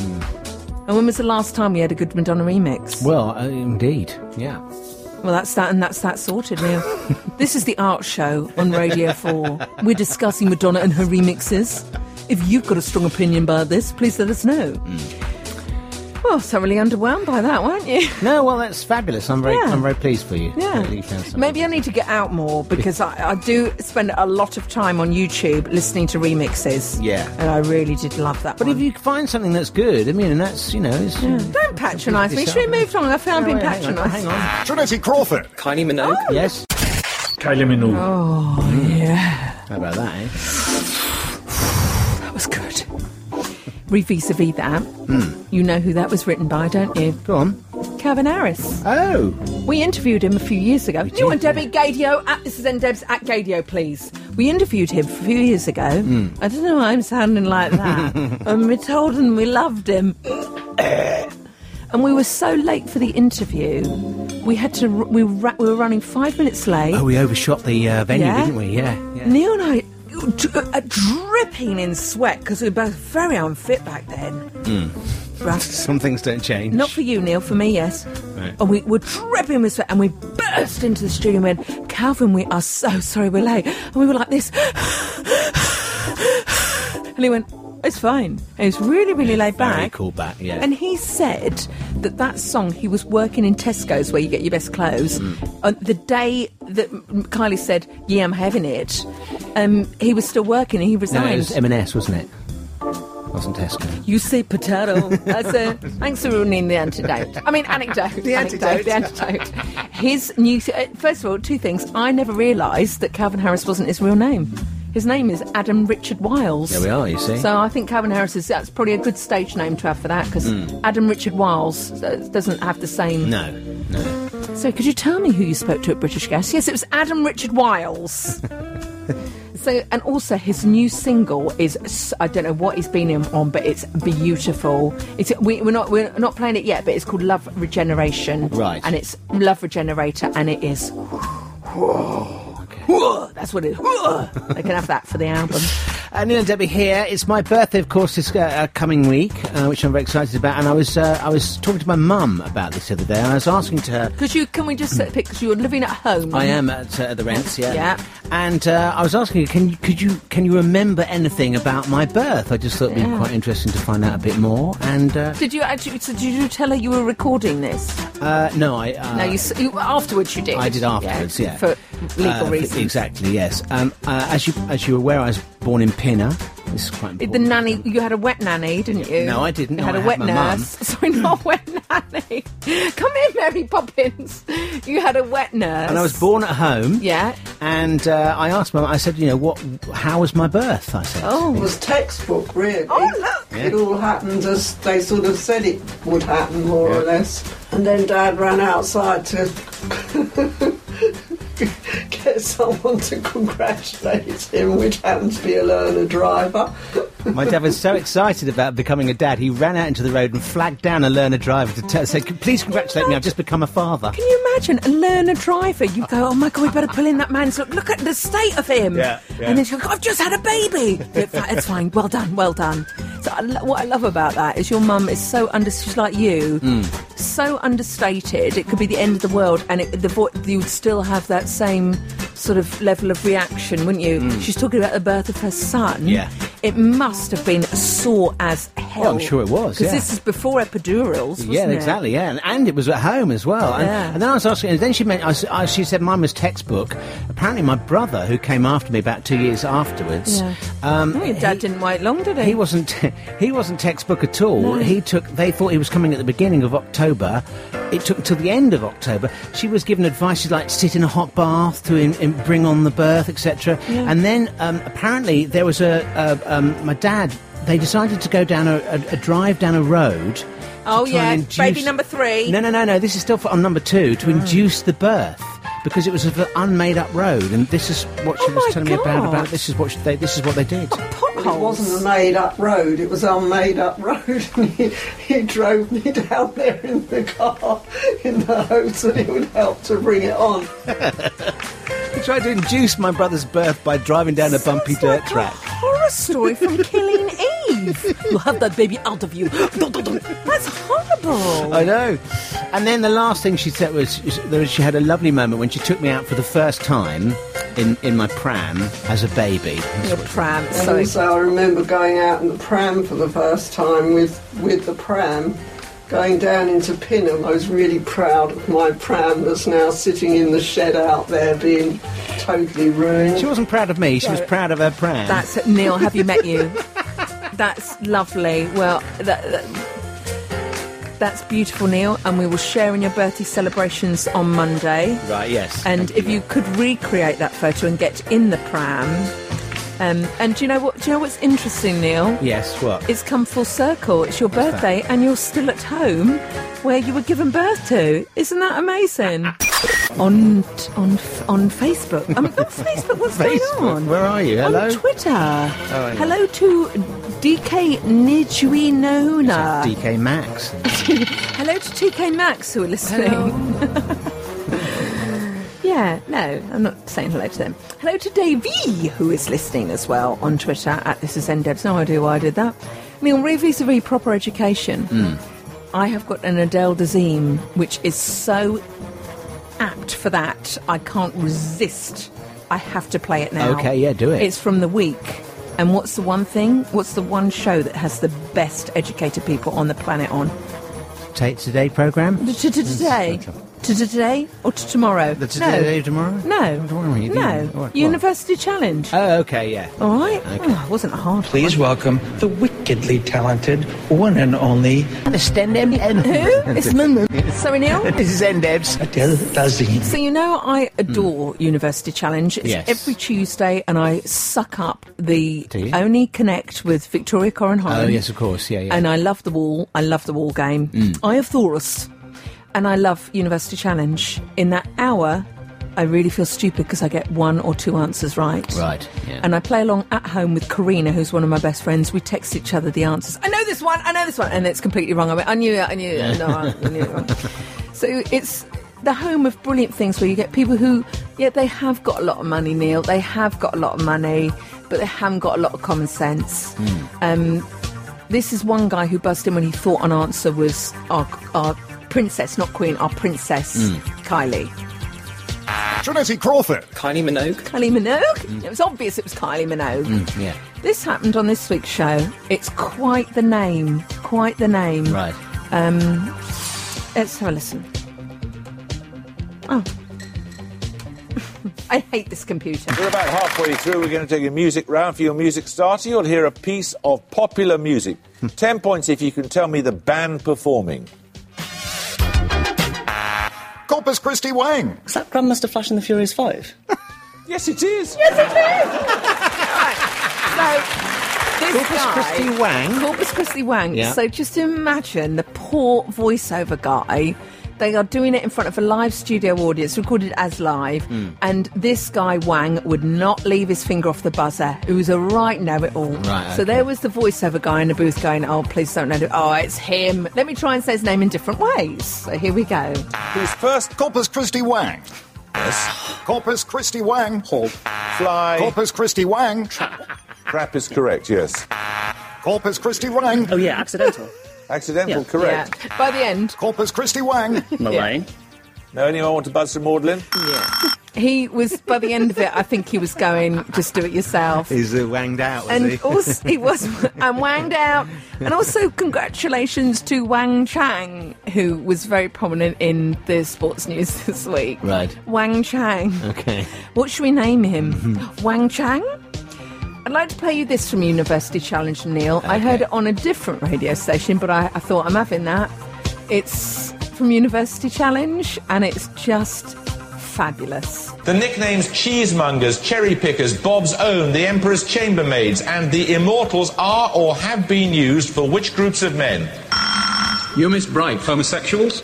And when was the last time we had a good Madonna remix? Well, uh, indeed. Yeah. Well, that's that, and that's that sorted now. <laughs> this is the Art Show on Radio 4. We're discussing Madonna and her Hmm. remixes. If you've got a strong opinion about this, please let us know. Well, You're thoroughly underwhelmed by that, weren't <laughs> you? No, well, that's fabulous. I'm very, Yeah. I'm very pleased for you. Yeah. That you found something. Maybe I need to get out more because I, I do spend a lot of time on YouTube listening to remixes. Yeah. And I really did love that. But if you find something that's good, I mean, and that's you know, it's, Don't patronise me. Should we move on? I feel I've been patronised. Trinity Crawford. Kylie Minogue. Yes. Kylie Minogue. Oh, yeah. How about that? Eh? That was good. Re vis a vis that, you know who that was written by, don't you? Go on. Calvin Harris. Oh. We interviewed him a few years ago. You and Debbie Gadio, at, this is NDebs at Gadio, please. We interviewed him a few years ago. Mm. I don't know why I'm sounding like that. and we told him we loved him. and we were so late for the interview. We had to, we, ra- we were running five minutes late. Oh, we overshot the uh, venue, Yeah. didn't we? Yeah. yeah. Neil and I d- uh, are dripping in sweat because we were both very unfit back then. Mm. Right. Some things don't change. Not for you, Neil, for me, yes. Right. And we were dripping with sweat and we burst into the studio and went, Calvin, we are so sorry we're late. And we were like this. <sighs> and he went, it's fine. And he was really, really laid Very back. cool back. Yeah. And he said that that song, he was working in Tesco's where you get your best clothes. Mm. On the day that M- Kylie said, Yeah, I'm having it, um, he was still working and he no, it resigned. was M&S, wasn't it? Wasn't Tesco. you say potato. I said, thanks for ruining the antidote. I mean, anecdote. The The antidote. His new. uh, first of all, two things. I never realised that Calvin Harris wasn't his real name. His name is Adam Richard Wiles. There we are, you see. So I think Calvin Harris is that's probably a good stage name to have for that because Mm. Adam Richard Wiles uh, doesn't have the same. No, no. So could you tell me who you spoke to at British Gas? Yes, it was Adam <laughs> Richard Wiles. so and also his new single is s- I don't know what he's been in on, but it's beautiful. It's we, we're not we're not playing it yet, but it's called Love Regeneration. Right. And it's Love Regenerator, and it is. <laughs> That's what it is. they can have that for the album. Uh, Neil and Debbie here. It's my birthday, of course, this uh, uh, coming week, uh, which I'm very excited about. And I was uh, I was talking to my mum about this the other day, and I was asking to her. Because you can we just uh, pick? Because you're living at home. I am at uh, the rents, yeah. Yeah. And uh, I was asking her, can you, could you can you remember anything about my birth? I just thought it'd be Yeah. quite interesting to find out a bit more. And <laughs> uh, Did you actually? So did you tell her you were recording this? uh, no, I uh, no, you, s- you afterwards you did. I did afterwards, yeah. for legal Uh, reasons. Exactly, yes. Um, uh, as you as you're aware, I was born in Pinner. This is quite The important. nanny, you had a wet nanny, didn't you? No, I didn't. You No, had I a had wet my mum. nurse. <laughs> Sorry, not wet nanny. Come here, Mary Poppins. You had a wet nurse. and I was born at home. Yeah. And uh, I asked my mum, I said, you know, what? How was my birth? I said. Oh, it was textbook, really. Oh, look. It all happened as they sort of said it would happen, more or less. And then Dad ran outside to <laughs> get someone to congratulate him, which happened to be a learner driver. My dad was so excited about becoming a dad, he ran out into the road and flagged down a learner driver to tell, said, please congratulate me, I've just become a father. Can you imagine a learner driver? You go, oh my god, we better pull in that man's look. Look at the state of him. Yeah, yeah. And then she goes, I've just had a baby. It's fi- it's fine. Well done. Well done. So I lo- what I love about that is your mum is so under. She's like you. Mm. So understated, it could be the end of the world, and it, the vo- you would still have that same sort of level of reaction, wouldn't you? Mm. She's talking about the birth of her son. Yeah. it must have been sore as hell. Well, I'm sure it was, because yeah. this is before epidurals. Wasn't Yeah, it? exactly. Yeah, and, and it was at home as well. And, Yeah. and then I was asking, and then she meant, I, s- I- she said mine was textbook. Apparently, my brother, who came after me about two years afterwards, Yeah. um, Oh, your dad didn't wait long, did he? He wasn't. <laughs> He wasn't textbook at all. No. He took. They thought he was coming at the beginning of October. It took till the end of October. She was given advice. She'd like sit in a hot bath to in, in- bring on the birth, etc. Yeah. And then um, apparently there was a. a um, my dad. They decided to go down a, a, a drive down a road. to Oh try yeah, and induce- baby number three. Oh. No, no, no, no. This is still for, on number two to induce the birth. Because it was an unmade up road, and this is what Oh she was telling me about. About this is what she, they, this is what they did. But Oh. it wasn't a made up road, it was unmade up road. <laughs> And he, he drove me down there in the car in the hopes that it would help to bring it on. He tried to induce my brother's birth by driving down a bumpy dirt track. Horror story from Killing Eve. You'll have that baby out of you. That's horrible. I know. And then the last thing she said was is there was- she had a lovely moment when she took me out for the first time in, in my pram as a baby. Your pram. And also, I remember going out in the pram for the first time with with the pram, going down into Pinham, I was really proud of my pram that's now sitting in the shed out there being totally ruined. She wasn't proud of me, she was No. proud of her pram. That's it. Neil. Have you met you? That's lovely. Well, that, that- that's beautiful, Neil. And we will share in your birthday celebrations on Monday. Right, yes. And Thank if you could recreate that photo and get in the pram, um, and do you know what? Do you know what's interesting, Neil? Yes, what? It's come full circle. It's your What's that? birthday, and you're still at home where you were given birth to. Isn't <laughs> that amazing? on on on Facebook. I mean, on Facebook. What's going on? Where are you? Hello? Oh, On Twitter. yeah. Hello to DK Nijuinona. DK Max. Hello to TK Maxx who are listening. <laughs> yeah, no, I'm not saying hello to them. Hello to Davey who is listening as well on Twitter at This Is NDebs. No idea why I did that. Neil, re vis a vis proper education. Hmm. I have got an Adele Dazeem, which is so apt for that. I can't resist. I have to play it now. Okay, yeah, do it. It's from the week. And what's the one thing? What's the one show that has the best educated people on the planet on? Take Today programme? To to- to today? To to today or to tomorrow? The to- No. today, tomorrow? No. Tomorrow you do. no. What- what? University Challenge. Oh, okay, yeah. All right. Oh, it wasn't a hard. Please welcome the wickedly talented one and only Understand them? Who? It's Mum. Sorry, Neil. <laughs> This is NDebs. Adele Dazim. So you know, I adore Hmm. University Challenge. It's Yes. every Tuesday, and I suck up the only connect with Victoria Corin Oh, Holland. yes, of course, yeah, yeah. And I love the wall. I love the wall game. Mm. I have Thorus, and I love University Challenge. In that hour, I really feel stupid because I get one or two answers right. Right, yeah. And I play along at home with Karina, who's one of my best friends. We text each other the answers. I know this one. I know this one, and it's completely wrong. I went, I knew it. I knew it. No, I, I knew it <laughs> wrong. So it's the home of brilliant things where you get people who, yeah, they have got a lot of money, Neil. They have got a lot of money, but they haven't got a lot of common sense. Hmm. Um, this is one guy who buzzed in when he thought an answer was our, our princess, not queen, our princess, Hmm. Mm. Kylie. Trinity Crawford. Kylie Minogue. Kylie Minogue? Hmm. It was obvious it was Kylie Minogue. yeah. This happened on this week's show. It's quite the name. Quite the name. Right. Um, let's have a listen. Oh. <laughs> I hate this computer. We're about halfway through. We're going to take a music round for your music starter. You'll hear a piece of popular music. Hmm. Ten points if you can tell me the band performing. Corpus Christi Wang. Is that Grandmaster Flash and the Furious Five? Yes, it is. Yes, it is. right. So, this Corpus guy, Christi Wang. Corpus Christi Wang. Yeah. So just imagine the poor voiceover guy. They are doing it in front of a live studio audience, recorded as live, Mm. and this guy Wang would not leave his finger off the buzzer. Who was a right know-it-all. Right, So okay. there was the voiceover guy in the booth going, "Oh, please don't know. Oh, it's him. Let me try and say his name in different ways." So here we go. Who's first? Corpus Christi Wang. Yes. Corpus Christi Wang. Hold. Fly. Corpus Christi Wang. Crap is correct, yes. Corpus Christi Wang. Oh, yeah, accidental. Accidental, correct. Yeah. By the end, Corpus Christi <laughs> Wang. Moraine. No, anyone want to buzz some maudlin? Yeah. He was by the end of it. I think he was going, "Just do it yourself." He's uh, wanged out, was and he? <laughs> also he was and wanged out and also congratulations to wang chang who was very prominent in the sports news <laughs> this week Right. wang chang Okay. what should we name him Mm-hmm. wang chang I'd like to play you this from University Challenge, Neil. I heard it on a different radio station, but I, I thought I'm having that. It's from University Challenge, and it's just fabulous. The nicknames cheesemongers, cherry pickers, Bob's own, the Emperor's chambermaids, and the immortals are or have been used for which groups of men? You Miss Bright, homosexuals?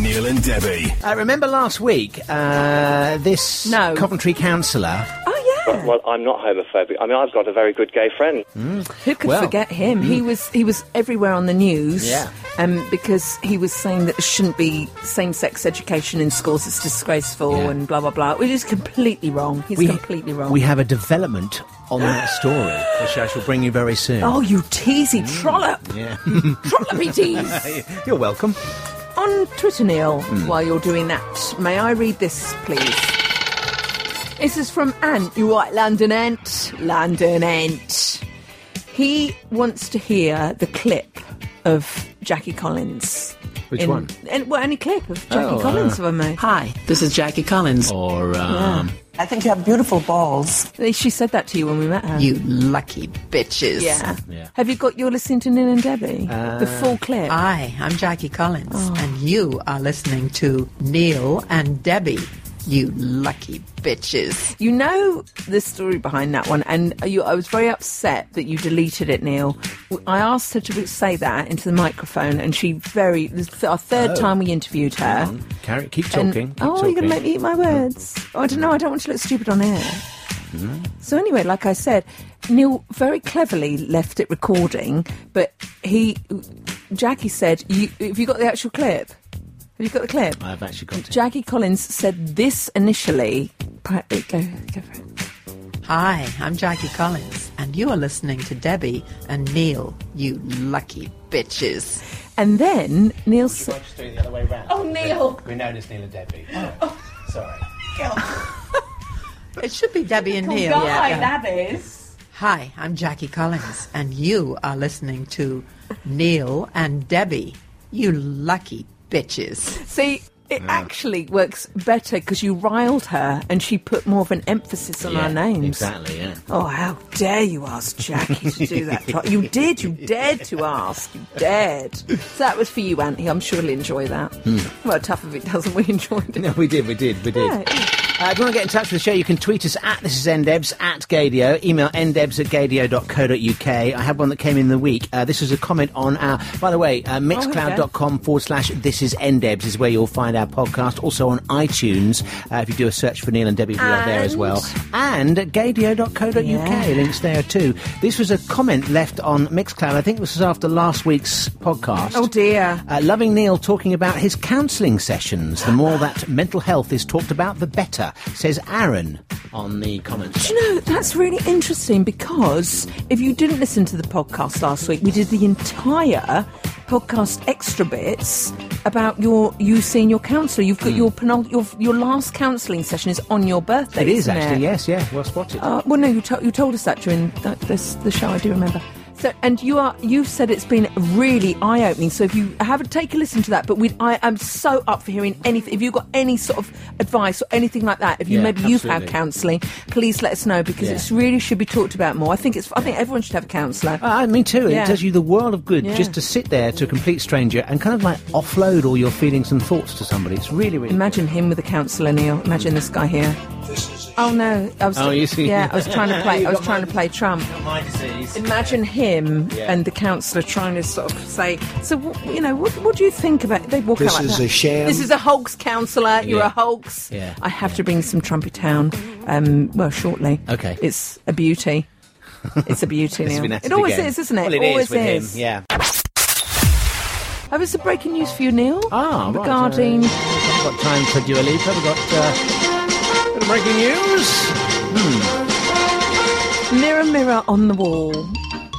Neil and Debbie. Uh, remember last week, uh, this Coventry councillor. Oh, Well, I'm not homophobic. I mean, I've got a very good gay friend. Who could Well, forget him? He was he was everywhere on the news. Yeah. Um, because he was saying that there shouldn't be same-sex education in schools. It's disgraceful and blah blah blah. Which is completely wrong. He's We- completely wrong. We have a development on that story, which I shall bring you very soon. Oh, you teasy trollop! Yeah. <laughs> Trollopy tease! You're welcome. on Twitter, Neil, Hmm. while you're doing that, may I read this, please? This is from Ant. You right, London Ant? London Ant. He wants to hear the clip of Jackie Collins. Which in, one? And, well, any clip of Jackie Oh, Collins, uh, if I may. Hi. This is Jackie Collins. Or, um, I think you have beautiful balls. She said that to you when we met her. You lucky bitches. Yeah. Have you got your listening to Nin and Debbie? the Uh, full clip. Hi, I'm Jackie Collins, Oh. and you are listening to Neil and Debbie. You lucky bitches. You know the story behind that one, and you, I was very upset that you deleted it, Neil. W- I asked her to say that into the microphone, and she very. This is our third Oh. time we interviewed her. Carry, keep and- talking. keep oh, you're going to talking. make me eat my words. Oh, I don't know. I don't want to look stupid on air. Mm. So anyway, like I said, Neil very cleverly left it recording, but he, Jackie said, you, "Have you got the actual clip? Have you got the clip?" I've actually got it. Jackie Collins said this initially. Pri- Go, go for it. Hi, I'm Jackie Collins, and you are listening to Debbie and Neil. You lucky bitches. And then Neil s- doing the other way round. Oh, Neil. Oh. We're known as Neil and Debbie. Sorry. It should be Debbie and Neil. is. Hi, I'm Jackie Collins, and you are listening to Neil and Debbie. You lucky bitches. See, it actually works better because you riled her and she put more of an emphasis on our names. Exactly, yeah. Oh, how dare you ask Jackie to do that? to- you did, you dared to ask, you dared. So that was for you, Auntie. I'm sure he'll enjoy that. Well, tough if it doesn't, we enjoyed <laughs> it. No, we did, we did, we did. Right. Uh, if you want to get in touch with the show, you can tweet us at this is ndebs at gadio, email ndebs at gadio.co.uk. I had one that came in the week. Uh, this is a comment on our, by the way, uh, mixcloud.com forward slash this is ndebs is where you'll find our podcast. Also on iTunes, uh, if you do a search for Neil and Debbie, we are there as well. And at gadio.co.uk, links there too. This was a comment left on Mixcloud. I think this was after last week's podcast. Oh, dear. Uh, loving Neil talking about his counselling sessions. The more that mental health is talked about, the better, says Aaron on the comments. Do you know, that's really interesting because if you didn't listen to the podcast last week, we did the entire podcast extra bits about your you seeing your counsellor. You've Hmm. got your, penult- your your last counselling session is on your birthday. It is isn't actually, it? yes, yeah, well spotted. Uh, well, no, you, to- you told us that during th- this, the show. I do remember. So, and you are you said it's been really eye opening. So, if you haven't take a listen to that, but we I am so up for hearing anything. If you've got any sort of advice or anything like that, if you Yeah, maybe you've had absolutely. counselling, please let us know because Yeah. it's really should be talked about more. I think it's I think everyone should have a counsellor. Uh, me too. Yeah. It does you the world of good Yeah. just to sit there to a complete stranger and kind of like offload all your feelings and thoughts to somebody. It's really, really. Imagine him with a counsellor, Neil. Imagine this guy here. Oh no! I was, Oh, you see. Yeah, I was trying to <laughs> play. You I was got trying my- to play Trump. My disease. Imagine him Yeah. and the counsellor trying to sort of say, "So, wh- you know, what, what do you think about?" They walk This out like is that. a sham. This is a hoax, counsellor. You're Yeah. a hoax. Yeah. I have to bring some Trumpy Town. Um, well, shortly. Okay. It's <laughs> a beauty. It's a beauty It's now. been at It always again. is, isn't it? Well, it is always with him, is. yeah. I was the breaking news for you, Neil. Ah, right, regarding. uh, we've got time for Dua Lipa. We've got uh, bit of breaking news. Hmm. Mirror, mirror on the wall,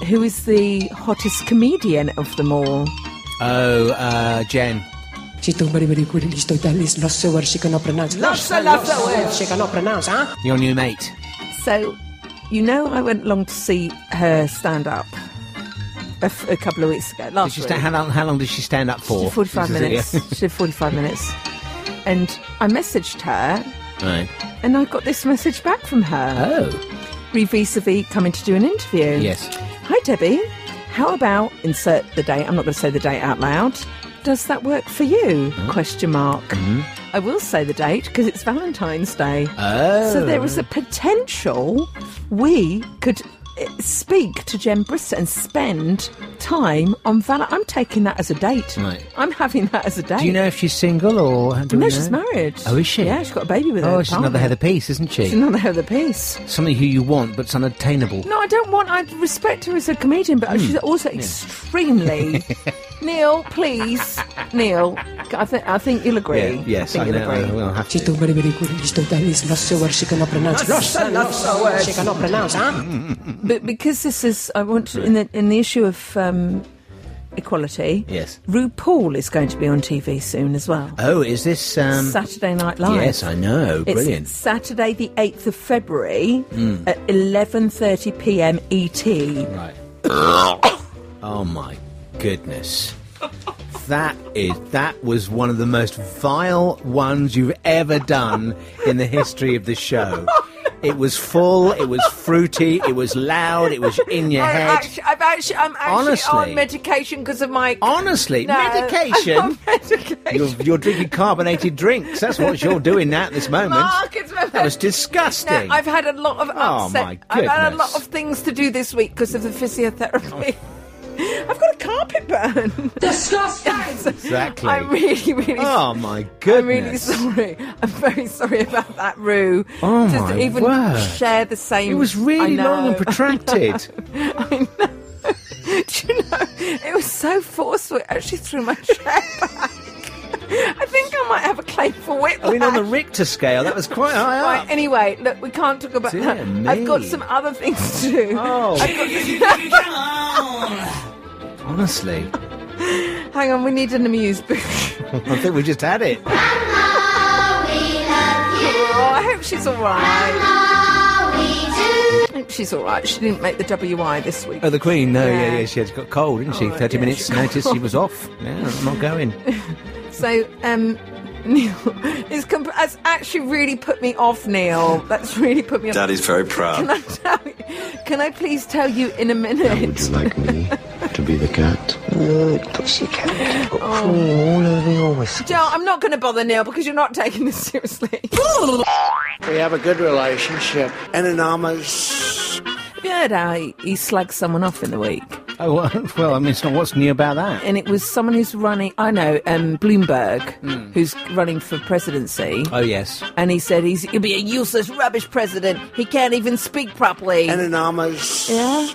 who is the hottest comedian of them all? Oh, uh, Jen. Lossa, lossa, words she cannot pronounce, huh? Your new mate. So, you know, I went along to see her stand up a, f- a couple of weeks ago. Last Did she week. stand, how, long, how long did she stand up She for? did 45 This is it, minutes. yeah. she did 45 minutes. And I messaged her, <laughs> right. and I got this message back from her. Oh. Re vis a vis coming to do an interview. Yes. Hi, Debbie. How about insert the date? I'm not going to say the date out loud. Does that work for you? Mm-hmm. Question mark. I will say the date because it's Valentine's Day. Oh. So there is a potential we could eh, speak to Jen Brister and spend time on Val. I'm taking that as a date. Right. I'm having that as a date. Do you know if she's single or? do we No, know? she's married. Oh, is she? Yeah, she's got a baby with her. Oh, she's another partner. Heather Peace, isn't she? She's another Heather Peace. Somebody who you want, but's unattainable. No, I don't want. I respect her as a comedian, but she's Hmm. <laughs> also extremely. Neil, please, Neil. I think I think you'll agree. Yeah, yes, I I think know. I will have to. Lossa, lossa words. She cannot pronounce, huh? But because this is, I want to, in the in the issue of um, equality. Yes. RuPaul is going to be on TV soon as well. Oh, is this um, Saturday Night Live. Yes, I know. It's Brilliant. Saturday, the eighth of February Mm. at E eleven thirty p.m. ET. Right. <coughs> oh my goodness. That is that was one of the most vile ones you've ever done in the history of the show. It was full, it was fruity, it was loud, it was in your I head. actu- I've actually, I'm actually Honestly. on medication because of my. Honestly, No, medication? <laughs> I'm on medication. You're, you're drinking carbonated drinks. That's what you're doing now at this moment. Mark, it's my that was first- disgusting. Oh, No, I've had a lot of upset. my I've had a goodness. lot of things to do this week because of the physiotherapy. <laughs> I've got a carpet burn. Disgusting. <laughs> Exactly. I'm really, really. Oh my I'm really goodness! sorry. I'm very sorry about that, Rue. Oh, Just my to even word. share the same. It was I really know. long and protracted. <laughs> It was so forceful. It actually threw my <laughs> chair back. I think I might have a claim for whiplash. I mean, on the Richter scale, that was quite high Right, up. anyway, look, we can't talk about Dear that. I've got me. some other things to do. Oh. I've <laughs> got- Honestly, Hang on, we need an amuse booth. I think we just had it. Oh, I hope she's all right. I hope she's all right. She didn't make the WI this week. Oh, the Queen. No, yeah, Yeah. yeah. She had got cold, didn't she? Oh, Thirty yeah, minutes she got notice. She cold. was off. Yeah, I'm not going. So, um, <laughs> Neil is comp- has actually really put me off, Neil. That's really put me off. Daddy's very proud. Can I tell you? Can I please tell you in a minute? like me to be the cat? Look, pussycat. I've got Oh. cream all over your whisk. Joe, I'm not going to bother Neil because you're not taking this seriously. <laughs> We have a good relationship. And an armor's. Have you heard how he, he slagged someone off in the week? <laughs> Oh well, well, I mean, it's not what's new about that. And it was someone who's running, I know, um, Bloomberg, Hmm. who's running for presidency. Oh yes. And he said he's, he'll be a useless rubbish president. He can't even speak properly. And an armor's. Yeah.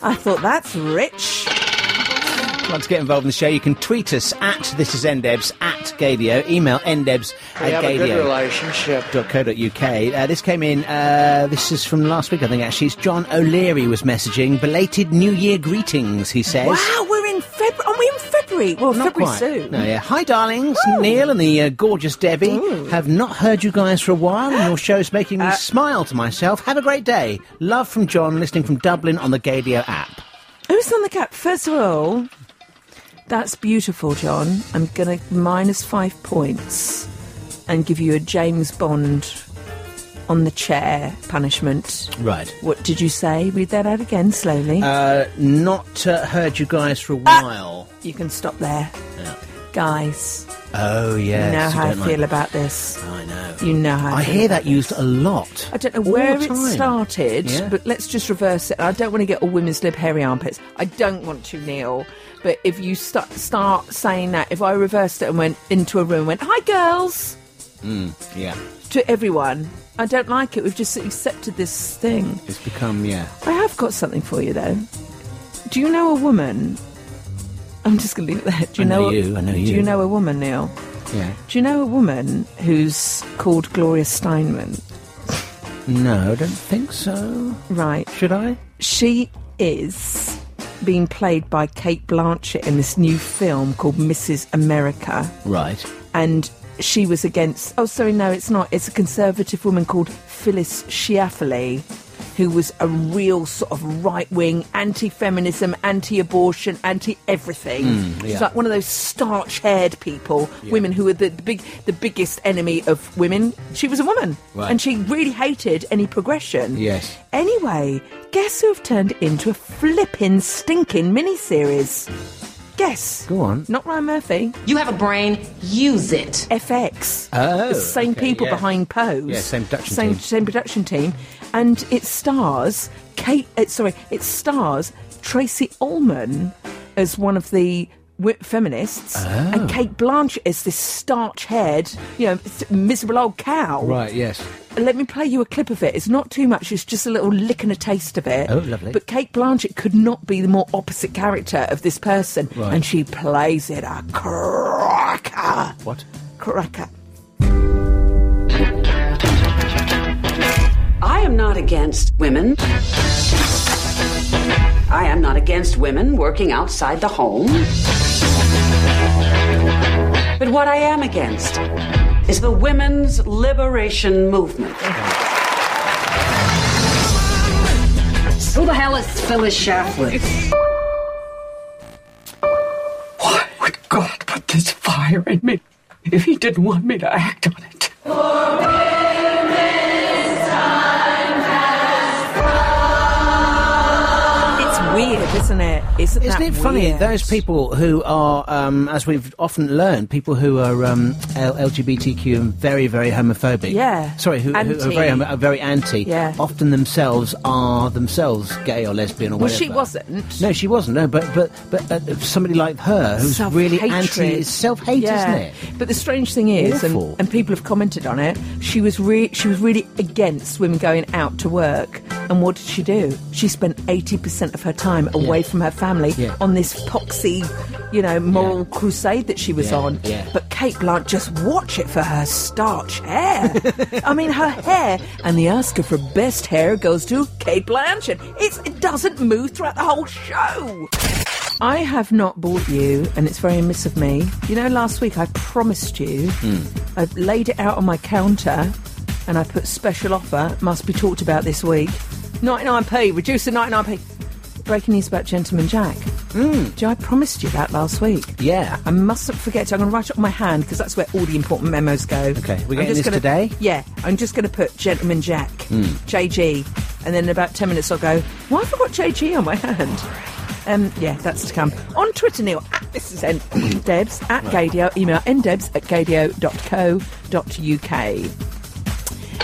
I thought that's rich. If you'd like to get involved in the show, you can tweet us at this is ndebs at gadio, email ndebs We at have a good gadio. relationship. .co.uk. Uh, this came in, uh, this is from last week, I think, actually. It's John O'Leary was messaging. Belated New Year greetings, he says. Wow, we're in February. Are we in February? Well, Not Oh, quite. February soon. No, yeah. Hi, darlings. Neil and the uh, gorgeous Debbie have not heard you guys for a while, and your show's making me Uh, smile to myself. Have a great day. Love from John, listening from Dublin on the Gadio app. Who's on the cap? First of all, that's beautiful, John. I'm going to minus five points and give you a James Bond on the chair punishment. Right. What did you say? Read that out again slowly. Uh, not uh, heard you guys for a Ah. while. you can stop there. Guys, Oh, yes. you know how I don't like feel that. about this. I know. You know how I, I feel hear about that used a lot. I don't know All where the it time. started, Yeah. but let's just reverse it. I don't want to get all women's lib hairy armpits. I don't want to, Neil. But if you st- start saying that, if I reversed it and went into a room and went, hi, girls, Mm, yeah, to everyone, I don't like it. We've just accepted this thing. it's become yeah. I have got something for you, though. Do you know a woman? I'm just going to leave it there. Do you I know a- you, I know Do you. you know a woman, Neil? Yeah. Do you know a woman who's called Gloria Steinman? No, I don't think so. Right. Should I? She is being played by Kate Blanchett in this new film called Mrs. America. Right. And she was against. Oh, sorry, no, it's not. It's a conservative woman called Phyllis Schiaffale, who was a real sort of right wing, anti feminism, anti abortion, anti everything. Mm, yeah. She's like one of those starch haired people, women who were the big, the biggest enemy of women. She was a woman. Right. And she really hated any progression. Yes. Anyway, guess who have turned into a flippin' stinking miniseries? Guess. Go on. Not Ryan Murphy. You have a brain, use it. FX. Oh, The same okay, people yeah. behind Pose. Yeah, same production same, team. Same production team. And it stars Kate, uh, sorry, it stars Tracy Ullman as one of the wi- feminists Oh. and Kate Blanchett is this starch-haired, you know, th- miserable old cow. Right. Yes. Let me play you a clip of it. It's not too much, it's just a little lick and a taste of it. Oh, lovely. But Kate Blanchett could not be the more opposite character of this person, Right. and she plays it a cracker. What? Cracker. I am not against women. I am not against women working outside the home. But what I am against is the women's liberation movement. Who the hell is Phyllis Shaflin? this fire in me if he didn't want me to act on it. It's weird, isn't it? Isn't, Isn't that it funny? weird? Those people who are, um, as we've often learned, people who are um, L- LGBTQ and very, very homophobic. Yeah. Sorry, who, who are Anti. very, homo- are very anti. Yeah. Often themselves are themselves gay or lesbian or Well, whatever. she wasn't. No, she wasn't. No, but but but uh, somebody like her who's really anti Self-hatred. is self hate, Yeah. isn't it? But the strange thing is, Awful. and, and people have commented on it, she was re- she was really against women going out to work. And what did she do? She spent eighty percent of her time away from her family Yeah. on this poxy, you know, moral crusade that she was Yeah, on. yeah. But Kate Blunt, just watch it for her <laughs> starch hair. I mean, her hair and the Oscar for best hair goes to Kate Blanchett. It's, it doesn't move throughout the whole show. I have not bought you, and it's very amiss of me. You know, last week I promised you, I laid it out on my counter, and I put special offer, must be talked about this week. 99p, reduce the 99p. Breaking news about Gentleman Jack. Mm. I promised you that last week. Yeah. I mustn't forget to. I'm going to write it on my hand because that's where all the important memos go. Okay, we're getting this today? Yeah, I'm just going to put Gentleman Jack, Mm. JG, and then in about 10 minutes I'll go, why have I got JG on my hand? Um, yeah, that's to come. On Twitter, Neil, at this <coughs> is N- Debs, at Gadio, email ndebs at gadio.co.uk.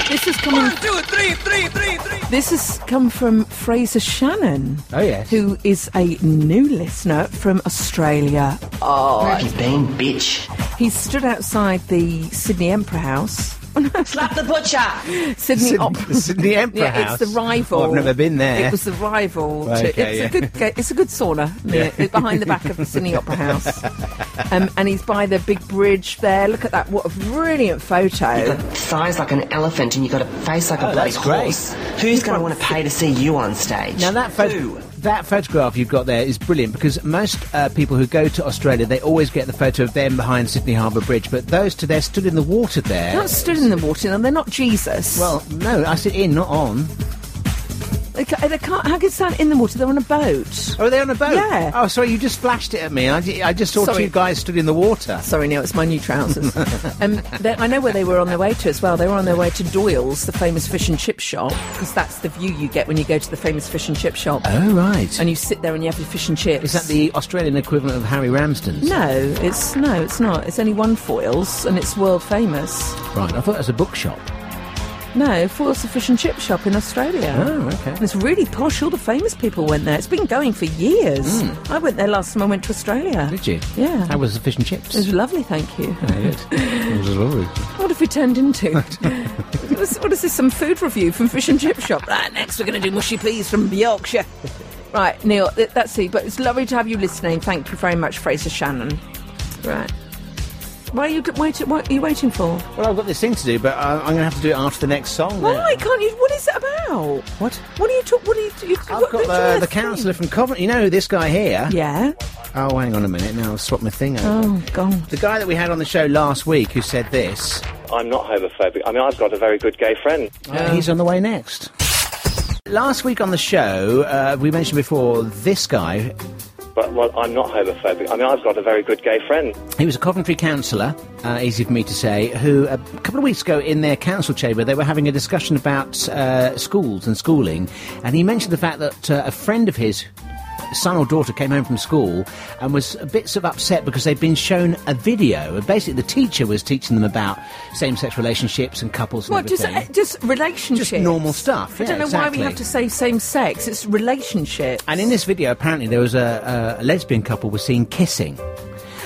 This is coming. This has come from Fraser Shannon. Oh, yes. Who is a new listener from Australia. Oh. Where have you been, bitch? He stood outside the Sydney Emperor House. Slap the butcher! Sydney, Sydney- Op- the Sydney Emperor yeah, House? It's the rival. Oh, I've never been there. It was the rival. Right, to, okay, it's, yeah. a good, ga- it's a good sauna near- uh, Yeah. behind the back of the <laughs> Sydney Opera House. Um, and he's by the big bridge there. Look at that. What a brilliant You photo. got a size like an elephant and you got a face like Oh, a bloody that's great. horse. Who's going to want to pay to see you on stage? Now that photo, that photograph you've got there is brilliant because most uh, people who go to Australia they always get the photo of them behind Sydney Harbour Bridge, but those two they're stood in the water They're there. not stood in the water, and they're not Jesus. Well, no, I said in, not on. They, ca- they can't. How can they stand in the water? They're on a boat. Oh, are they on a boat? Yeah. Oh, sorry, you just flashed it at me. I, ju- I just saw Sorry. two guys stood in the water. Sorry, Neil, it's my new <laughs> trousers. Um, they, I know where they were on their way to as well. They were on their way to Doyle's, the famous fish and chip shop, because that's the view you get when you go to the famous fish and chip shop. Oh, right. And you sit there and you have your fish and chips. Is that the Australian equivalent of Harry Ramsden's? No, it's no, it's not. It's only one foils, and it's world famous. Right, I thought it was a bookshop. No, Foils the fish and chip shop in Australia. Oh, okay. And it's really posh. All the famous people went there. It's been going for years. I went there last time I went to Australia. Hmm. Did you? Yeah. How was the fish and chips? <laughs> It was lovely, thank you. Oh, good. It was lovely. What have we <laughs> turned into? What is- what is this? Some food review from Fish and Chip Shop? Right, next we're going to do mushy peas from Yorkshire. Right, Neil, th- that's it. But it's lovely to have you listening. Thank you very much, Fraser Shannon. Right. Why are you, g- wait, what are you waiting for? Well, I've got this thing to do, but I, I'm going to have to do it after the next song. then. Why can't you? What is it about? What? What are you talking? What are you? you I've what, got the, the councillor from Coventry. You know this guy here? Yeah. Oh, hang on a minute. Now I'll swap my thing over. Oh God. The guy that we had on the show last week who said this. I'm not homophobic. I mean, I've got a very good gay friend. Oh. Uh, he's on the way next. Last week on the show, uh, we mentioned before this guy. But well, I'm not homophobic. I mean, I've got a very good gay friend. He was a Coventry councillor, uh, easy for me to say, who a couple of weeks ago in their council chamber they were having a discussion about uh, schools and schooling, and he mentioned the fact that uh, a friend of his. Son or daughter came home from school and was a bit sort of upset because they'd been shown a video. Basically, the teacher was teaching them about same-sex relationships and couples. And What just everything. uh, just relationships? Just normal stuff, I yeah, don't know why exactly. we have to say same sex. It's relationship. And in this video, apparently there was a, a lesbian couple was seen kissing.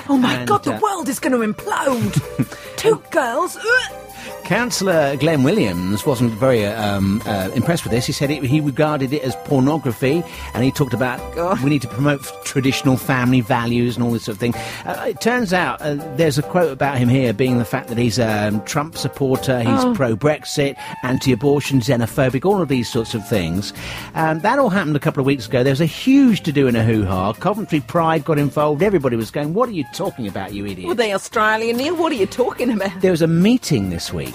Oh my And, God, the uh, world is going to <laughs> implode. Two girls. uh, ugh. Councillor Glenn Williams wasn't very uh, um, uh, impressed with this. He said it, he regarded it as pornography, and he talked about God. we need to promote traditional family values and all this sort of thing. Uh, it turns out uh, there's a quote about him here being the fact that he's a um, Trump supporter, he's Oh. pro Brexit, anti abortion, xenophobic, all of these sorts of things. Um, that all happened a couple of weeks ago. There was a huge to do and a hoo ha. Coventry Pride got involved. Everybody was going, What are you talking about, you idiot? Were they Australian, Neil? What are you talking about? There was a meeting this this week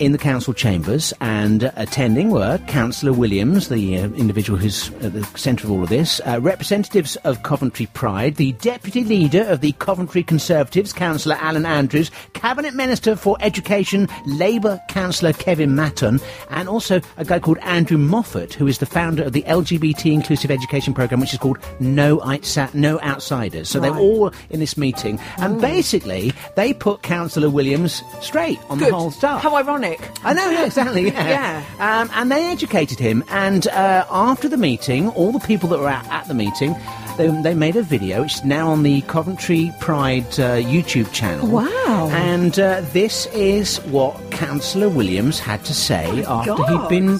in the council chambers, and uh, attending were Councillor Williams, the uh, individual who's at the centre of all of this, uh, representatives of Coventry Pride, the deputy leader of the Coventry Conservatives, Councillor Alan Andrews, Cabinet Minister for Education, Labour Councillor Kevin Matton, and also a guy called Andrew Moffat, who is the founder of the LGBT inclusive education programme, which is called No, Outsa- no Outsiders. So they're Right. all all in this meeting, and basically they put Councillor Williams straight on the whole stuff. How ironic. I know, yeah, <laughs> exactly. Yeah. Um, and they educated him, and uh, after the meeting, all the people that were at, at the meeting. They, they made a video. It's now on the Coventry Pride uh, YouTube channel. Wow. And uh, this is what Councillor Williams had to say Oh after he'd God. been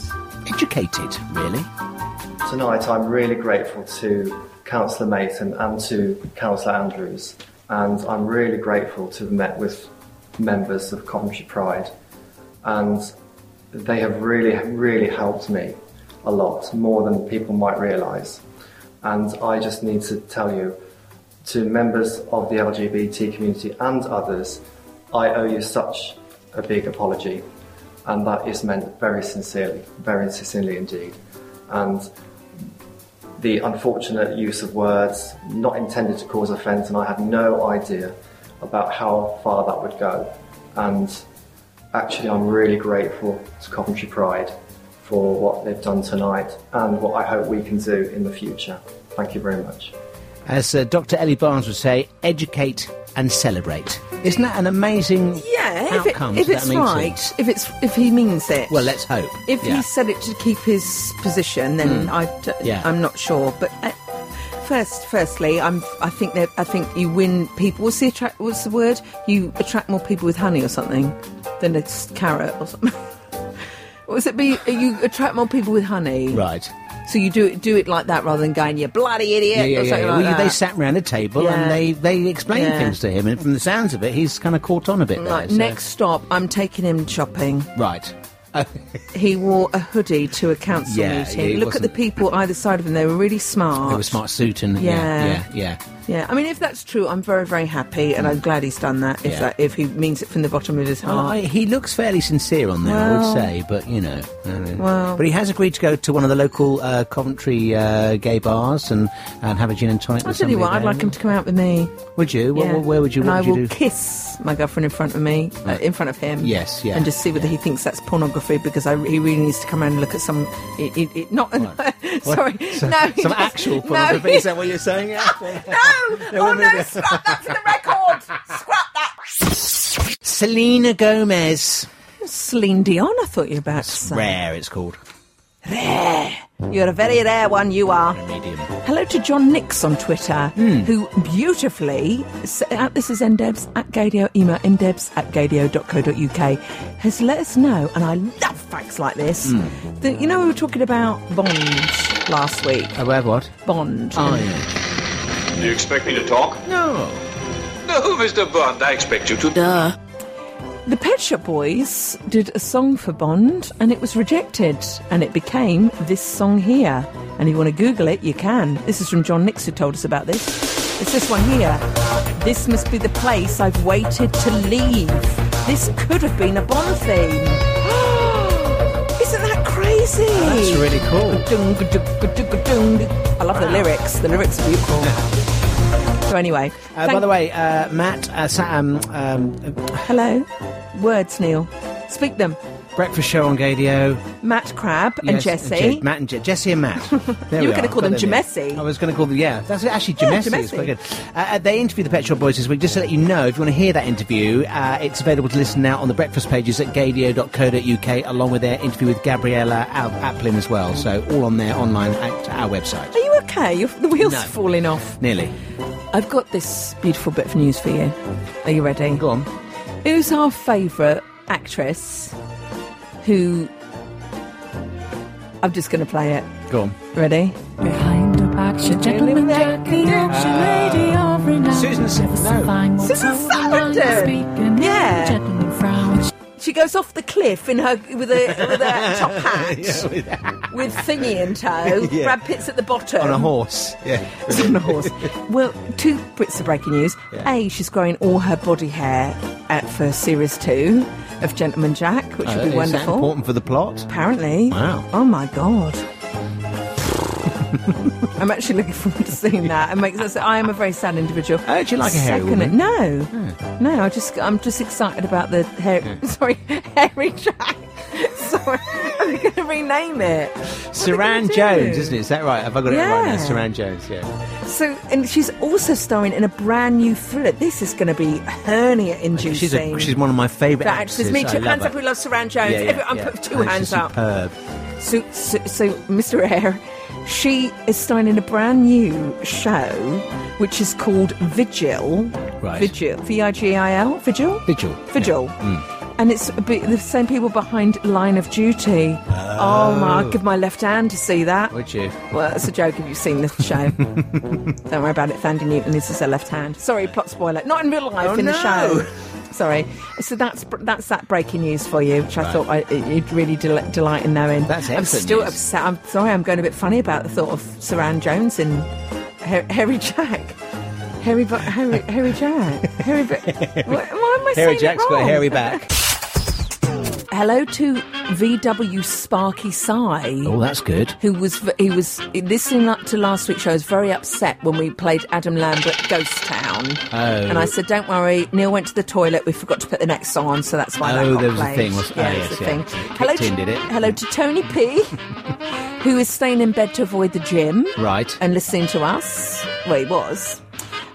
educated, really. Tonight, I'm really grateful to Councillor Mason and to Councillor Andrews, and I'm really grateful to have met with members of Coventry Pride, and they have really, really helped me a lot, more than people might realise. And I just need to tell you, to members of the LGBT community and others, I owe you such a big apology, and that is meant very sincerely, very sincerely indeed. And the unfortunate use of words not intended to cause offence, and I had no idea about how far that would go. And actually, I'm really grateful to Coventry Pride for what they've done tonight and what I hope we can do in the future. Thank you very much. As uh, Dr. Ellie Barnes would say, educate and celebrate. Isn't that an amazing Yeah, if, it- outcome if to that it's meeting? right, if it's if he means it. Well, let's hope. If Yeah. he said it to keep his position, then Mm. I d- Yeah. I'm not sure. But uh, first, firstly, I'm I think that I think you win people. What's the attract? What's the word? You attract more people with honey or something than a s- carrot or something. <laughs> What was it? Be you attract more people with honey, Right. So you do it do it like that rather than going, you bloody idiot. Yeah, yeah, or yeah. something yeah. like well, you- they that. sat round a table Yeah. and they, they explained Yeah. things to him, and from the sounds of it, he's kind of caught on a bit there. Like, so- next stop, I'm taking him shopping. Right. <laughs> He wore a hoodie to a council Yeah, meeting. it Look at the wasn't- people either side of him; they were really smart. They were smart suit and yeah, Yeah. yeah, yeah. Yeah, I mean, if that's true, I'm very, very happy, and I'm glad he's done that. If Yeah. that, if he means it from the bottom of his Well, I- heart, he looks fairly sincere on there, I Well- would say, but you know. I mean- Well- but he has agreed to go to one of the local uh, Coventry uh, gay bars and, and have a gin and tonic. I'll with tell you somebody what, I'd there. like him to come out with me. Would you? Well, well, where would you? And What I would you will do? kiss my girlfriend in front of me, uh, in front of him. Yes, yeah, And just see whether he thinks that's pornography because I, he really needs to come around and look at some. It, it, it, not. <laughs> <laughs> sorry, Some- no. some just- actual <laughs> no. pornography. Is that what you're <laughs> saying? no. <laughs> Oh no! Scrap that for the record. Scrap that. <laughs> Selena Gomez. Celine Dion. I thought you were about to say. Rare, it's called. Rare. You're a very rare one. You are. Medium. Hello to John Nix on Twitter, who beautifully, s- at this is ndebs at gadio, email ndebs at gadio.co.uk, has let us know, and I love facts like this, Mm. that, you know, we were talking about Bond last week. About Uh, what? Bond. Oh, Do you expect me to talk? No. No, Mr. Bond, I expect you to. Duh. The Pet Shop Boys did a song for Bond, and it was rejected, and it became this song here. And if you want to Google it, you can. This is from John Nix, who told us about this. It's this one here. This must be the place I've waited to leave. This could have been a Bond theme. <gasps> Isn't that crazy? That's really cool. I love the lyrics. The lyrics <laughs> are beautiful. so anyway, Uh, by thank- the way, uh, Matt, uh, sa- um, um, uh, hello. Words, Neil. Speak them. breakfast show on Gadio. Matt Crab and Yes, Jesse. Je- Matt and Je- Jesse and <laughs> Matt. There we were are. gonna call Got them Oh, there. Jamessi. I was going to call them, yeah. That's actually Yeah, Jamessi. It's Jamessi. quite good. Uh, Uh, they interviewed the Pet Shop Boys this week. Just to let you know, if you want to hear that interview, uh, it's available to listen now on the breakfast pages at gadio.co.uk, along with their interview with Gabriella Al- Applin as well. So all on there online at our website. Are you okay? Your, the wheels No. are falling off. Nearly. I've got this beautiful bit of news for you. Are you ready? Go on. Who's our favourite actress? Who? I'm just going to play it. Go on. Ready? Behind her back, she gentleman Jack, the action lady of <laughs> renown. Susan, no. Susan Sarandon. Speaking Yeah. Gentleman frown. She goes off the cliff in her with a <laughs> with a top hat Yeah, with that. with thingy in tow. <laughs> Yeah. Brad Pitt's at the bottom on a horse. Yeah. on <laughs> a horse. Well, two bits of breaking news. Yeah. A, she's growing all her body hair at for series two of Gentleman Jack, which Uh, would be is that wonderful. important for the plot? Apparently. Wow. Oh my god. I'm actually looking forward to seeing that. It makes us, I am a very sad individual. Oh, do you like a hairy Second- woman? Hmm. No, no. I just, I'm just excited about the hair. <laughs> Sorry, hairy Jack. <laughs> Sorry, I'm going to rename it. Saran Jones, isn't it? Is that right? Have I got it right now? Yeah. Saran Jones, yeah. So, and she's also starring in a brand new thriller. This is going to be hernia inducing. She's, a, she's one of my favourite That actresses. actress, me I too. love Hands her. up who loves Saran Jones. Yeah, yeah, Every- I'm yeah. put two Oh, she's hands up. Superb. So, so, so, Mr. Air, she is starring in a brand new show which is called Vigil. Right. Vigil. V I G I L. Vigil? Vigil. Mm. Vigil. And it's a bit- the same people behind Line of Duty. Oh, my, I'd give my left hand to see that. Would you? Well, that's a joke if you've seen the <laughs> show. Don't worry about it. Thandi Newton is just her left hand. Sorry, plot spoiler. Not in real life, Oh, in the no. show. Sorry. So that's that's that breaking news for you, which I Right. thought I, you'd really del- delight in knowing. That's I'm excellent still news. upset. I'm sorry, I'm going a bit funny about the thought of Saran Jones and Her- Harry Jack. Harry, Bu- Harry, Harry Jack. <laughs> Harry, Bu- why, why am I saying Hairy it Jack's got a wrong? hairy back. Hello to VW Sparky Sai. <laughs> oh, that's good. Who was who was listening up to last week's show? Was very upset when we played Adam Lambert Ghost Town, Oh. and I said, "Don't worry, Neil went to the toilet. We forgot to put the next song on, so that's why that Oh, got there was a played." thing, was- oh, yeah, yes, it's a yeah. thing. It Hello, kicked in, to, did it? hello to Tony P, <laughs> who is staying in bed to avoid the gym, Right. and listening to us. Well, he was.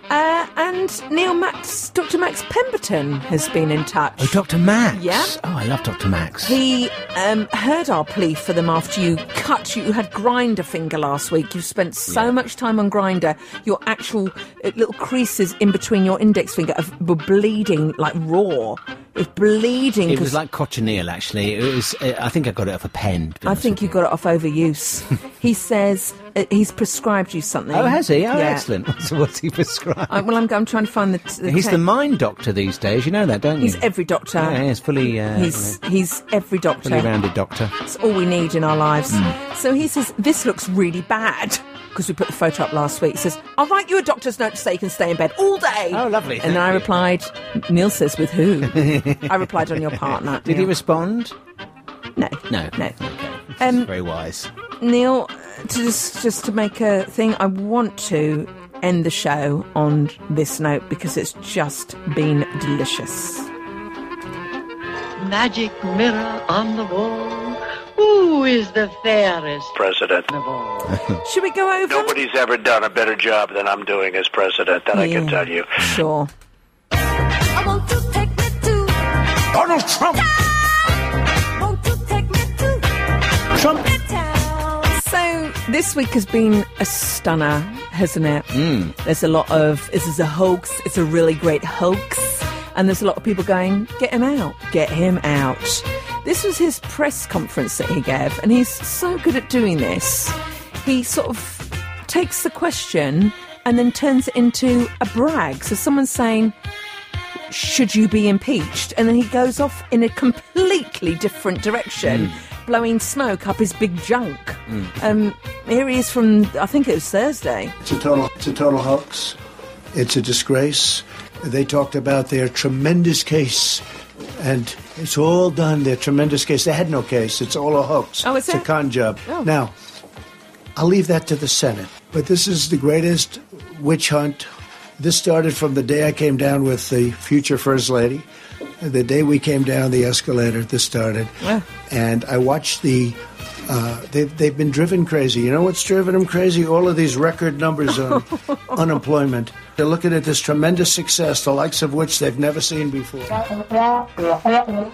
Uh, and Neil Max, Dr. Max Pemberton has been in touch. Oh, Dr. Max. Yeah. Oh, I love Dr. Max. He um, heard our plea for them after you cut. You had grinder finger last week. You've spent so much time on grinder. Your actual uh, little creases in between your index finger have- were bleeding like raw. It's bleeding. It 'cause was like cochineal, actually. It was. Uh, I think I got it off a pen. to be I honest think you got it <laughs> off overuse. he says uh, he's prescribed you something. with you. Oh, has he? Oh, Yeah. excellent. <laughs> So what's he prescribed? I, well, I'm, I'm trying to find the. t- he's te- the mind doctor these days. You know that, don't you? He's every doctor. Yeah, he's fully. Uh, He's you know, he's every doctor. fully rounded doctor. It's all we need in our lives. Mm. So he says, This looks really bad. Because we put the photo up last week. He says, I'll write you a doctor's note to say you can stay in bed all day. Oh, lovely. And I replied, Neil says, <laughs> With who? I replied on your partner. Did he Neil. respond? No. No. No. Um, Um, very wise. Neil, to just, just to make a thing, I want to end the show on this note because it's just been delicious. Magic mirror on the wall. Who is the fairest? President. Should we go over? Nobody's ever done a better job than I'm doing as president, that I can Yeah. tell you. Sure. I want to take me to Donald Trump. Won't you take me to Trump? So this week has been a stunner, hasn't it? There's a lot of this is a hoax. It's a really great hoax, and there's a lot of people going, "Get him out! Get him out!" This was his press conference that he gave, and he's so good at doing this. He sort of takes the question and then turns it into a brag. So someone's saying, should you be impeached? And then he goes off in a completely different direction, blowing smoke up his big junk. Um, here he is from, I think it was Thursday. It's a total, it's a total hoax. It's a disgrace. They talked about their tremendous case, and it's all done. Their tremendous case. They had no case. It's all a hoax. Oh, is it's a it? con job. Oh. Now, I'll leave that to the Senate. But this is the greatest witch hunt. This started from the day I came down with the future first lady. The day we came down the escalator, this started and I watched the. Uh, they, they've been driven crazy. You know what's driven them crazy? All of these record numbers on unemployment. They're looking at this tremendous success, the likes of which they've never seen before.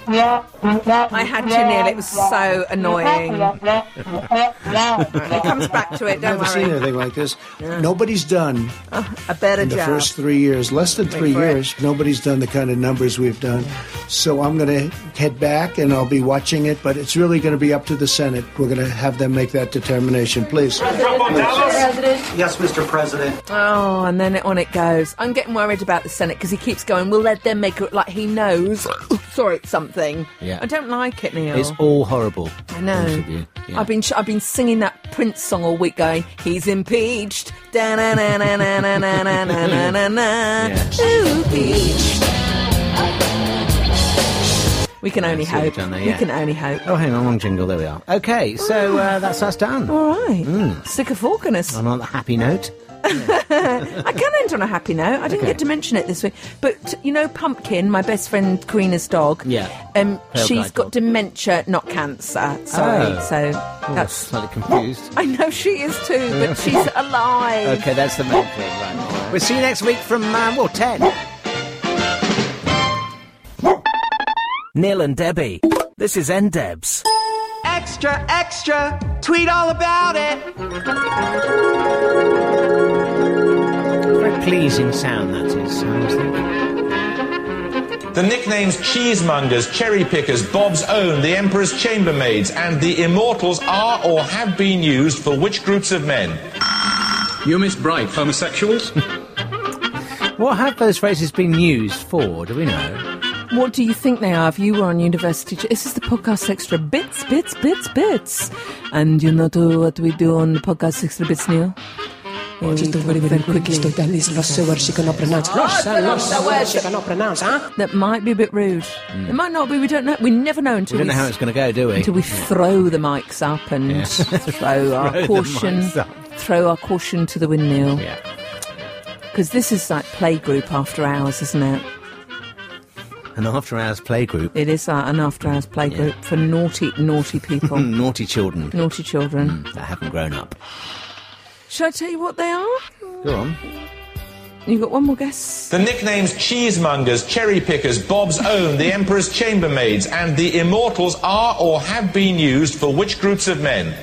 I had to kneel, it was so annoying. it comes back to it, don't never seen worry. anything like this. Nobody's done A better in the job. first three years, less than Wait three for it. years, nobody's done the kind of numbers we've done. So I'm going to head back and I'll be watching it, but it's really going to be up to the Senate. We're going to have them make that determination, please. President. Yes, Mr. President. Oh, and then it, on it goes. I'm getting worried about the Senate because he keeps going. We'll let them make it like he knows. Sorry, it's something. Yeah. I don't like it, Neil. It's all horrible. Oh. I know. honest with you. Yeah. I've been sh- I've been singing that Prince song all week, going, "He's impeached." Da na na na na na na na na na na. Impeached. We can only see what hope. you've done there, We yeah. can only hope. Oh, hang on, long jingle. There we are. Okay, so uh, that's us done. All right. Hmm. Stick a fork in us. On a happy note. I can end on a happy note. I didn't Okay. get to mention it this week, but you know, Pumpkin, my best friend Karina's dog. Yeah. Um, Pale she's guy got dog. dementia, not cancer. Sorry. Oh. So Oh, that's. slightly confused. I know she is too, but <laughs> she's alive. Okay, that's the main thing. Right. We'll see you next week from uh, well ten. Neil and Debbie. This is NDebs. Extra, extra! Tweet all about it! Very pleasing sound that is. I always think. The nicknames cheesemongers, cherry pickers, Bob's own, the Emperor's chambermaids, and the immortals are or have been used for which groups of men? You miss Bright, homosexuals? What have those phrases been used for? Do we know? What do you think they are if you were on university? ch- This is the podcast extra bits, bits, bits, bits. And you know too, what we do on the podcast extra bits, Neil? Yeah, we talk very, very quickly. Ah, That might be a bit rude. It might not be. We don't know. We never know until Hmm. We don't we know how s- it's going to go, do we? until we throw the mics up <laughs> and throw our Throw the caution, mics up. throw our caution to the windmill. Yeah. Because this is like playgroup after hours, isn't it? An after-hours playgroup. It is like an after hours playgroup for naughty, <laughs> naughty people, Naughty children naughty children. that haven't grown up. Should I tell you what they are? Go on. You've got one more guess. The nicknames cheesemongers, cherry pickers, Bob's own, the Emperor's chambermaids, and the immortals are or have been used for which groups of men?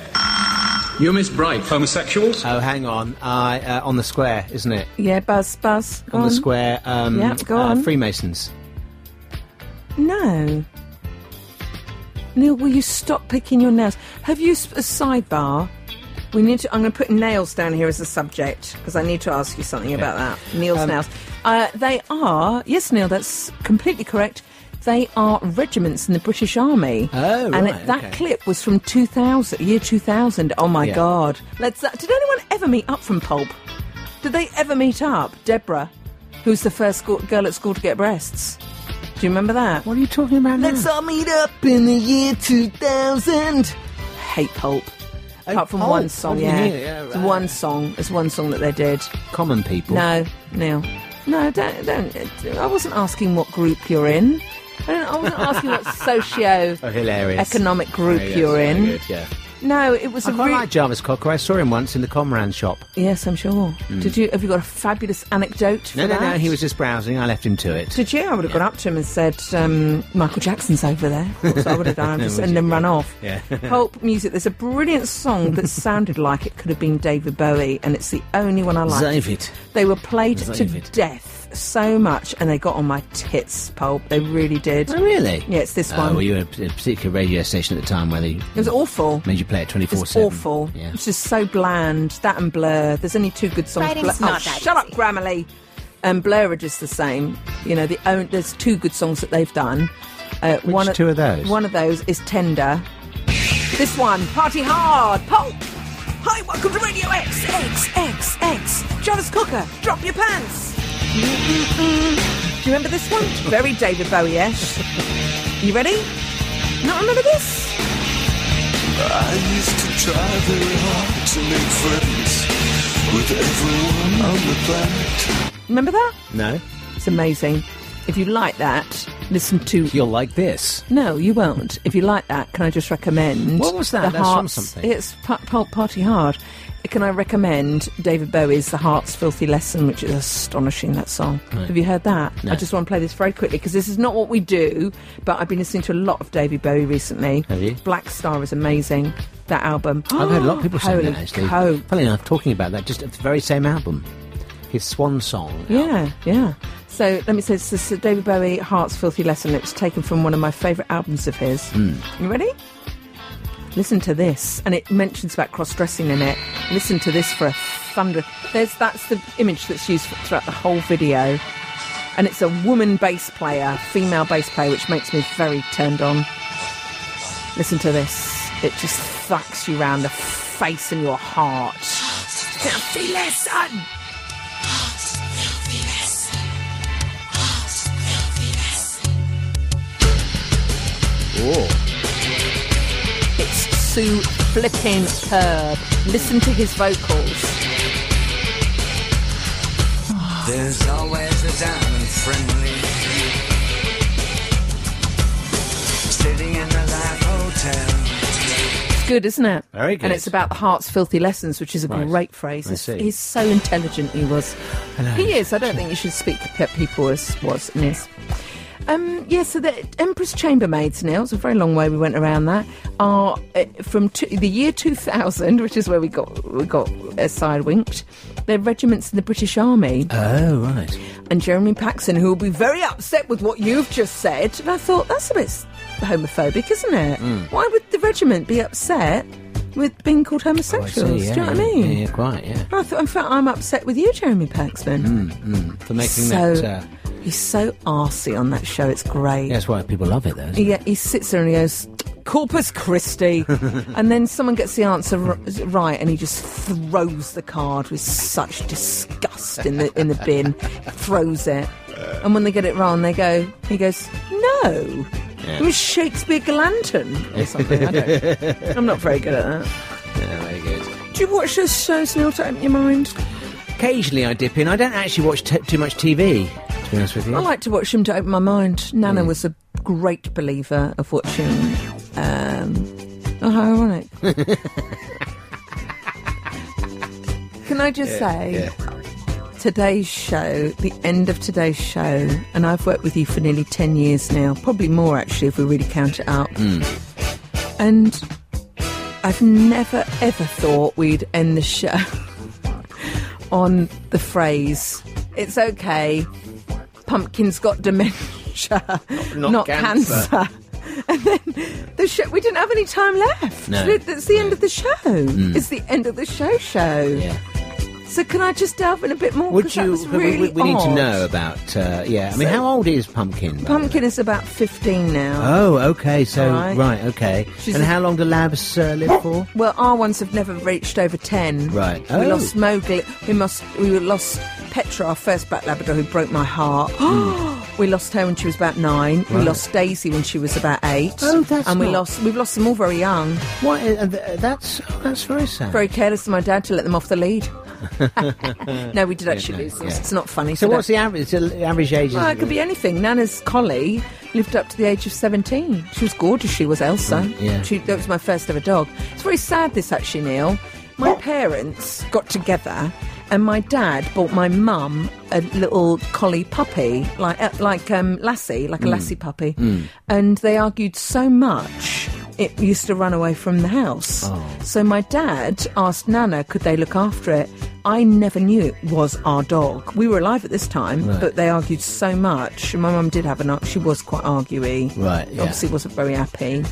You miss Bright, homosexuals? Oh, hang on. I uh, on the square, isn't it? Yeah, buzz, buzz. On the square. Um, Yeah, go uh, on. Freemasons. No. Neil, will you stop picking your nails? Have you s- a sidebar? We need to. I'm going to put nails down here as a subject because I need to ask you something about that. Neil's Um, nails. Uh, they are. Yes, Neil, that's completely correct. They are regiments in the British Army. Oh, And right, it, that okay. clip was from 2000, year 2000. Oh my Yeah. God! Let's. Uh, did anyone ever meet up from Pulp? Did they ever meet up, Deborah, who's the first school, girl at school to get breasts? Do you remember that? What are you talking about Let's all meet up in the year 2000. Hate Pulp. Apart from Pulp? one song, Oh, yeah. yeah, yeah, It's one song. It's one song that they did. Common people. No, Neil. No, don't, don't. I wasn't asking what group you're in. I, don't, I wasn't <laughs> asking what socio Oh, hilarious. economic group Very good, you're very in. good, yeah. No, it was I a quite re- like Jarvis Cocker. I saw him once in the Comran shop. Yes, I'm sure. Mm. Did you? Have you got a fabulous anecdote? For No, no, that? no. He was just browsing. I left him to it. Did you? I would have gone up to him and said, um, "Michael Jackson's over there." <laughs> Of course, I would have done. Just, Would and you? then run off. Yeah. <laughs> Pulp music. There's a brilliant song that sounded like it could have been David Bowie, and it's the only one I like. David. They were played to David. death so much, and they got on my tits. Pulp. They really did. Oh, really? Yeah, it's this Oh, one. were you at a particular radio station at the time where they It was awful. made you play it twenty four It's seven? awful. It's just so bland. That and Blur. There's only two good songs. Writing's Blur. Oh, not that shut up, Grammarly. And Blur are just the same. You know, the own, there's two good songs that they've done. Uh, Which one of- two are those? One of those is Tender. This one, Party Hard, Pulp. Hi, welcome to Radio X, X, X, X. Jarvis Cocker, drop your pants. Mm-mm-mm. Do you remember this one? Very David Bowie-ish. You ready? Not remember this? I used to try very hard to make friends with everyone on the planet. Remember that? No. It's amazing. If you like that, listen to. You'll like this. No, you won't. if you like that, can I just recommend? What was that? That's The from Hearts- something. It's pa- pa- Party Hard. Can I recommend David Bowie's The Heart's Filthy Lesson, which is astonishing, that song. Right. Have you heard that? No. I just want to play this very quickly because this is not what we do, but I've been listening to a lot of David Bowie recently. Have you? Black Star is amazing, that album. I've heard a Oh, lot of people say Holy that actually. cow. Funny enough, talking about that, just at the very same album, his swan song. Yeah, yeah. So let me say, this is David Bowie, Heart's Filthy Lesson. It was taken from one of my favourite albums of his. Mm. You ready? Listen to this, and it mentions about cross dressing in it. Listen to this for a thunder. There's that's the image that's used throughout the whole video, and it's a woman bass player, female bass player, which makes me very turned on. Listen to this. It just thwacks you round the face and your heart. Now feel it, son. It's Sue flipping Curb. Listen to his vocals. There's always a diamond friendly. Sitting in the live hotel. It's good, isn't it? Very good. And it's about the heart's filthy lessons, which is a Right. great phrase. I He's, see. he's so intelligent, he was. Hello. He is. I don't think you should speak for pe- people as was and is. Um, yeah, so the Empress Chambermaids, Neil, it's a very long way we went around that, are uh, from two, the year 2000, which is where we got we got uh, sidewinked. They're regiments in the British Army. Oh, right. And Jeremy Paxson, who will be very upset with what you've just said. And I thought, that's a bit s- homophobic, isn't it? Mm. Why would the regiment be upset with being called homosexuals? Oh, yeah, Do you know what I yeah, mean? Yeah, quite, yeah. I thought, in fact, I'm upset with you, Jeremy Paxman. Mm, mm, for making so, that. Uh, He's so arsey on that show, it's great. that's why people love it, though. isn't it? Yeah, he sits there and he goes, Corpus Christi. and then someone gets the answer r- right and he just throws the card with such disgust in the in the bin, throws it. And when they get it wrong, they go, he goes, no. Yeah. It was Shakespeare Glanton or something. I don't, I'm not very good at that. Yeah, very good. Do you watch those shows now to open your mind? Occasionally I dip in. I don't actually watch t- too much TV, to be honest with you. I like to watch them to open my mind. Nana was a great believer of watching. Um, oh, how ironic. Can I just Yeah, say, today's show, the end of today's show, and I've worked with you for nearly 10 years now, probably more actually if we really count it up. And I've never ever thought we'd end the show <laughs> on the phrase, it's okay, pumpkin's got dementia, Not cancer." <laughs> And then the show, we didn't have any time left. No. Look, That's the end of the show. Mm. It's the end of the show show. So can I just delve in a bit more? Would 'Cause that you? was we- we- really we, need to odd. know about. Uh, yeah, I mean, So- how old is Pumpkin? by the way? Pumpkin is about 15 now. Oh, okay. So Right. right, okay. She's and a- how long do labs uh, live for? Well, our ones have never reached over ten. Right. We Oh. lost Mowgli. We must. We lost Petra, our first black Labrador, who broke my heart. <gasps> we lost her when she was about nine. We Hmm. Right. lost Daisy when she was about eight. Oh, that's And we not- lost. We've lost them all very young. What? Uh, th- that's oh, that's very sad. Very careless of my dad to let them off the <laughs> lead. <laughs> No, we did Yeah, actually no, lose them. yeah. It's not funny. So don't- what's the average? The average age? is- Well, it could be anything. Nana's collie lived up to the age of 17. She was gorgeous, she was Elsa. Mm, yeah. she, that was my first ever dog. It's very sad, this actually, Neil. My parents got together and my dad bought my mum a little collie puppy, like, uh, like um, Lassie, like a Mm. Lassie puppy. And they argued so much. It used to run away from the house. Oh. So my dad asked Nana, could they look after it? I never knew it was our dog. We were alive at this time, Right. but they argued so much. And My mum did have an ar- she was quite arguey. Right, yeah. Obviously wasn't very happy.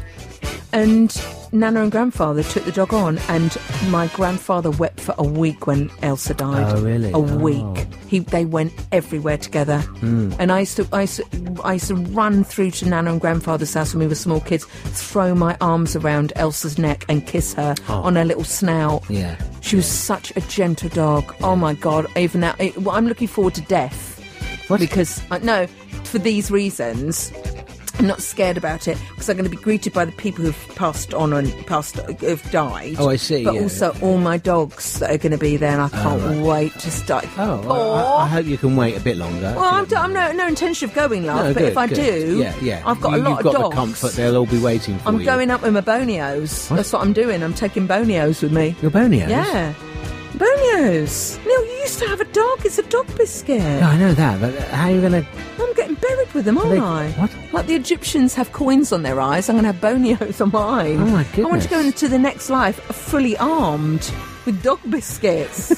And Nana and grandfather took the dog on, and my grandfather wept for a week when Elsa died. Oh, really? A Oh. week. He, they went everywhere together. Hmm. And I used, to, I, used to, I used to run through to Nana and Grandfather's house when we were small kids, throw my arms around Elsa's neck and kiss her on her little snout. Oh. Yeah. She was such a gentle dog. Oh my God! Even now, it, well, I'm looking forward to death because I no, for these reasons. I'm not scared about it because I'm going to be greeted by the people who've passed on and passed who've died. Oh, I see, But yeah. also all my dogs that are going to be there, and I can't wait to start. Oh, well, I, I hope you can wait a bit longer. Well, I'm, d- I'm no, no intention of going, love, No, but good, if I good. do, yeah, yeah. I've got you, a lot You've got of dogs. the comfort; they'll all be waiting for I'm you. going up with my bonios. That's what I'm doing. I'm taking bonios with me. Your bonios? Yeah. Bonios. Neil, you used to have a dog. It's a dog biscuit. No, Oh, I know that, but how are you going to? I'm getting buried with them, aren't they- I? What? Like the Egyptians have coins on their eyes, I'm going to have bonios on mine. Oh, my I want to goodness. go into the next life fully armed with dog <laughs> biscuits. Do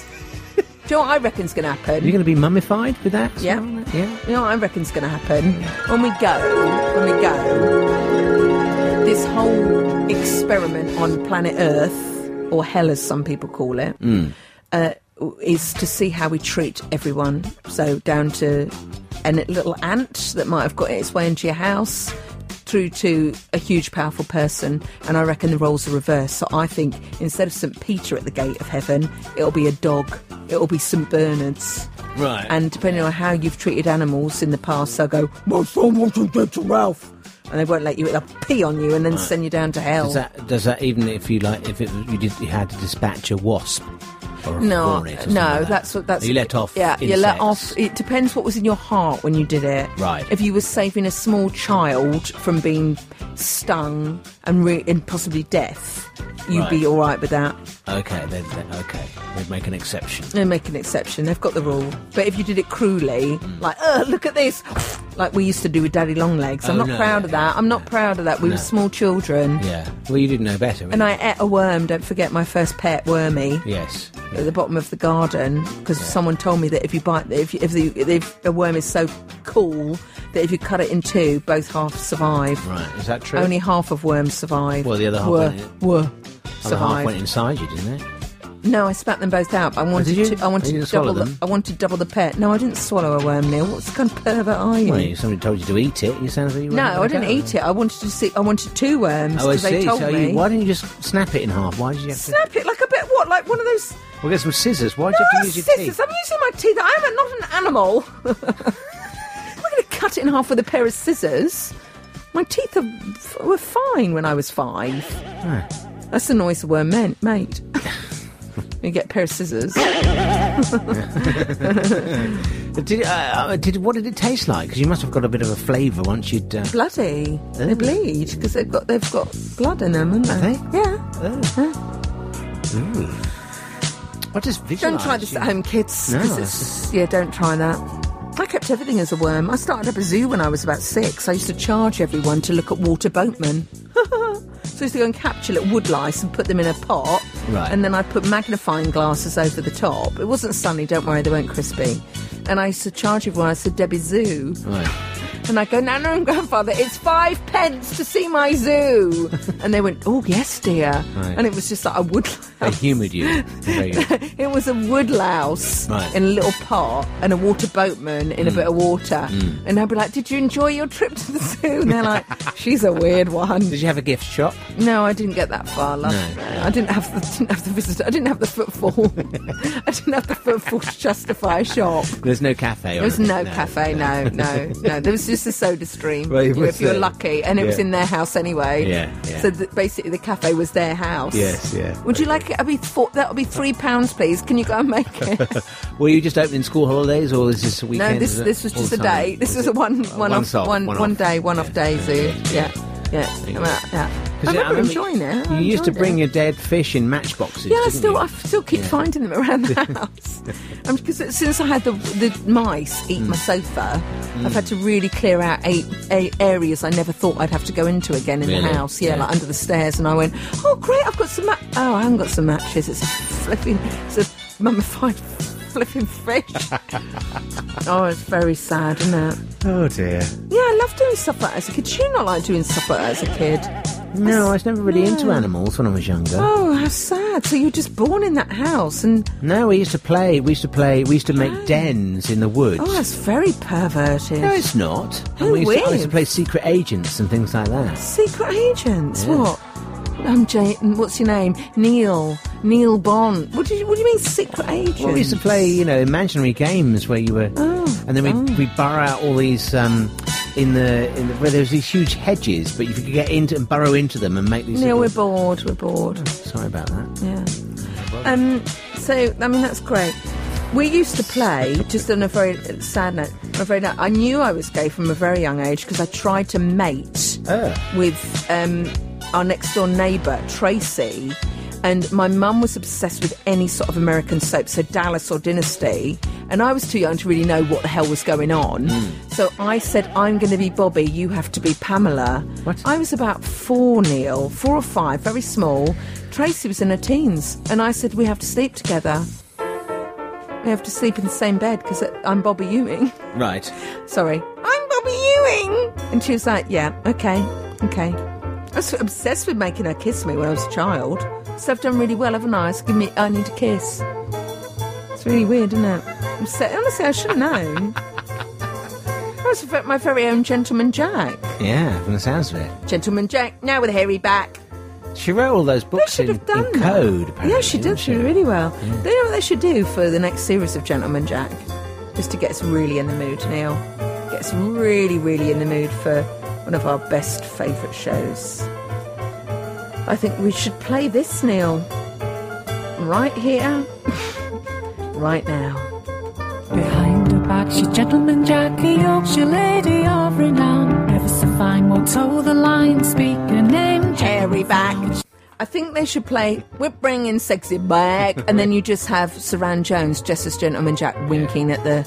you know what I reckon's going to happen? You're going to be mummified with that? Yeah. Yeah. You know what I reckon's going to happen? When we go, when we go, this whole experiment on planet Earth, or hell as some people call it, Mm. uh, is to see how we treat everyone. So down to a little ant that might have got its way into your house, through to a huge powerful person. And I reckon the roles are reversed. So I think instead of St Peter at the gate of heaven, it'll be a dog. It'll be St Bernard's. Right. And depending on how you've treated animals in the past, they'll go, My son wants to get to Ralph. And they won't let you, they'll pee on you and then Right. send you down to hell. Does that does that even if you like if it, you did you had to dispatch a wasp or a No, hornet or no, something like that? that's what that's. you let off. Yeah, you let insects. off. It depends what was in your heart when you did it. Right. If you were saving a small child from being stung and re- and possibly death, you'd be Right. all right with that. Okay, then, then okay, we make an exception. They make an exception. They've got the rule. But if you did it cruelly, Mm. like, oh, look at this, like we used to do with Daddy Longlegs, I'm Oh, not no, proud yeah, of that. I'm not proud of that. We No. were small children. Yeah. Well, you didn't know better. And I ate a worm. Don't forget my first pet wormy. Yes. at the bottom of the garden because someone told me that if you bite if if the if a worm is so cool that if you cut it in two, both halves survive. Right. Is that true? Only half of worms survive. Well, the other half were, went in- were Other half went inside survived. you, didn't it? No, I spat them both out. I wanted did you? to. I wanted You to didn't swallow double. The, them? I wanted to double the pet. No, I didn't swallow a worm, Neil. What kind of pervert are you? Well, you- somebody told you to eat it. You sound like you. no, I didn't eat it. I wanted to see. I wanted two worms Oh, I because see. they told so me. you, why didn't you just snap it in half? Why did you have to? Snap it like a bit. What like one of those? We'll get some scissors. Why did you have to No, use your scissors. teeth? I'm using my teeth. I'm a- not an animal. <laughs> I'm not going to cut it in half with a pair of scissors. My teeth are, were fine when I was five. Ah. That's the noise the worm <laughs> meant, mate. you get a pair of scissors. did, uh, uh, did what did it taste like? Because you must have got a bit of a flavour once you'd. Uh, Bloody. They Oh. bleed because they've got they've got blood in them, haven't they? Yeah. Yeah. ooh. I just visualise. Don't try this you- at home, kids. No, 'cause I- it's, yeah, don't try that. I kept everything as a worm. I started up a zoo when I was about six. I used to charge everyone to look at water boatmen. <laughs> so I used to go and capture little woodlice and put them in a pot. Right. And then I put magnifying glasses over the top. It wasn't sunny, don't worry, they weren't crispy. And I used to charge everyone. I said, Debbie Zoo. Right. And I go, Nana and <laughs> Grandfather, it's five pence to see my <laughs> zoo. and they went, oh, yes, dear. Right. And it was just like a <laughs> woodlice. They humoured you. Very <laughs> good. it was a woodlouse Right. in a little pot and a water boatman in a Mm. bit of water. Mm. And I'd be like, Did you enjoy your trip to the zoo? And they're <laughs> like, She's a weird one. Did you have a gift shop? No, I didn't get that far, love. No, no. I didn't have the <laughs> didn't have the visitor. I didn't have the footfall. <laughs> I didn't have the footfall to justify a shop. There's no cafe. There on was it. no, cafe, no, no, <laughs> no. There was just a soda stream Well, it was if you were there. lucky, and it was Yeah. in their house anyway. Yeah, yeah. So th- basically, the cafe was their house. Yes, yeah. Would you like it? I'll be four, that'll be three pounds, please. Can you go and make <laughs> it? Were you just opening school holidays, or is this a weekend? no, this Is it this was all just the a time? day. This was a one one off off, one Uh, one one off. day one off day zoo. Yeah, yeah. Thank I'm you. out, yeah. I 'Cause, yeah, remember I remember enjoying it. I You used to enjoyed bring it. your dead fish in matchboxes. Yeah, I didn't still you? I still keep Yeah. finding them <laughs> around the house. Because since I had the the mice eat my sofa, Mm. I've had to really clear out eight, eight areas I never thought I'd have to go into again in Really? the house. Yeah, Yeah. like under the stairs, and I went, oh great, I've got some. Ma- oh, I haven't got some matches. It's a flipping, it's a mummified <laughs> flipping fish. <laughs> oh, it's very sad, isn't it? Oh dear. Yeah, I love doing stuff like that as a kid. Did you not like doing stuff like that as a kid? No, I was never really into No. animals when I was younger. Oh, how sad. So you were just born in that house and No, we used to play. We used to play. We used to make dens in the woods. Oh, that's Oh, very perverted. no, it's not. Who we used to, I used to with? play secret agents and things like that. Secret agents. Yeah. What? I'm Jane. What's your name? Neil. Neil Bond. What do you What do you mean secret agents? Well, we used to play, uh, you know, imaginary games where you were, Oh, and then we we burrow out all these um, in the in the, where there was these huge hedges, but you could get into and burrow into them and make these. Neil, we're little- bored. We're bored. Sorry about that. Yeah. Um. So I mean, that's great. We used to play just on a very uh, sad note. On a very note, I knew I was gay from a very young age because I tried to mate with um, our next door neighbour Tracy, and my mum was obsessed with any sort of American soap, so Dallas or Dynasty, and I was too young to really know what the hell was going on. So I said, "I'm going to be Bobby. You have to be Pamela." What? I was about four, Neil, four or five, very small. Tracy was in her teens, and I said, "We have to sleep together." We have to sleep in the same bed because I'm Bobby Ewing. Right. Sorry. I'm Bobby Ewing. And she was like, yeah, okay, okay. I was obsessed with making her kiss me when I was a child. So I've done really well, haven't I? It's given me, I need a kiss. It's really weird, isn't it? I'm so, honestly, I should have <laughs> known. I was ve- my very own Gentleman Jack. Yeah, from the sounds of it. Gentleman Jack, now with a hairy back. She wrote all those books in, They've done in that. code. Apparently, Yeah, she didn't did. She did really well. They know what they should do for the next series of Gentleman Jack, just to get us really in the mood, Neil. Get us really, really in the mood for one of our best favourite shows. I think we should play this, Neil. Right here, <laughs> right now. Behind her back, she gentleman Jack, a Yorkshire lady of renown. Ever so fine, will toe the line, speak her name. Harry back. I think they should play We're Bringing Sexy Back, and then you just have Saran Jones just as Gentleman Jack winking at the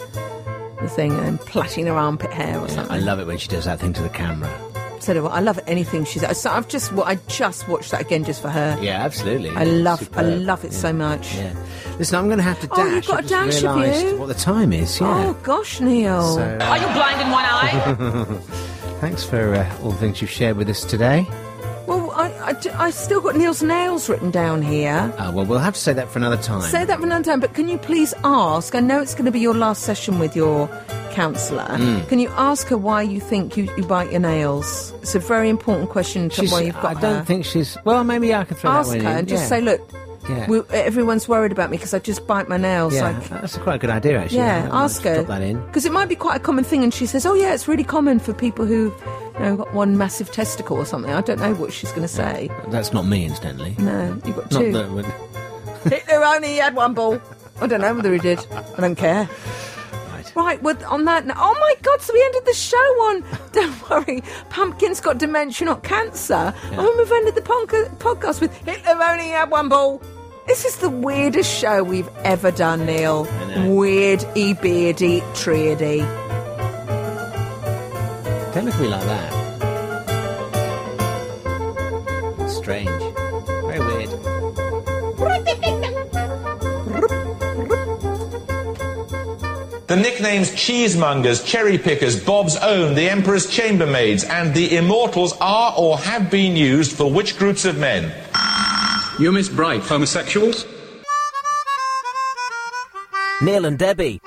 the thing and plaiting her armpit hair or something. I love it when she does that thing to the camera. So do I. I love anything she's. So I've just wa- I just watched that again just for her. Yeah, absolutely. I love I Superb. love it so much. Yeah. Listen, I'm going to have to dash. Oh, you've got I a just dash, have realised you? What the time is? Yeah. Oh gosh, Neil. So, uh, Are you blind in one eye? Thanks for uh, all the things you've shared with us today. well, I, I, d- I still got Neil's nails written down here. Uh, well, we'll have to say that for another time. Say that for another time, but can you please ask? I know it's going to be your last session with your counsellor. Mm. Can you ask her why you think you, you bite your nails? It's a very important question to She's- why you've got I don't her. think she's. Well, maybe I can throw ask that one her in. and just yeah. say, look, Yeah. we, everyone's worried about me because I just bite my nails. yeah, Like, that's quite a good idea, actually. I yeah, might ask just her. Drop that in. Because it might be quite a common thing, and she says, "Oh yeah, it's really common for people who, you know, got one massive testicle or something." I don't know what she's going to say. That's not me, incidentally. No, you got Not two. that it would- Hitler only had one ball. I don't know whether he did. I don't care. Right. well, on that note, oh my God, so we ended the show on, <laughs> don't worry, Pumpkin's got dementia, not cancer. Yeah. And we've ended the ponca- podcast with Hitler only had one ball. This is the weirdest show we've ever done, Neil. Weird, e beardy, triady. Don't look at me like that. Strange. Very weird. The nicknames cheesemongers, cherry pickers, Bob's own, the emperor's chambermaids, and the immortals are or have been used for which groups of men? You Miss Bright, homosexuals? Neil and Debbie.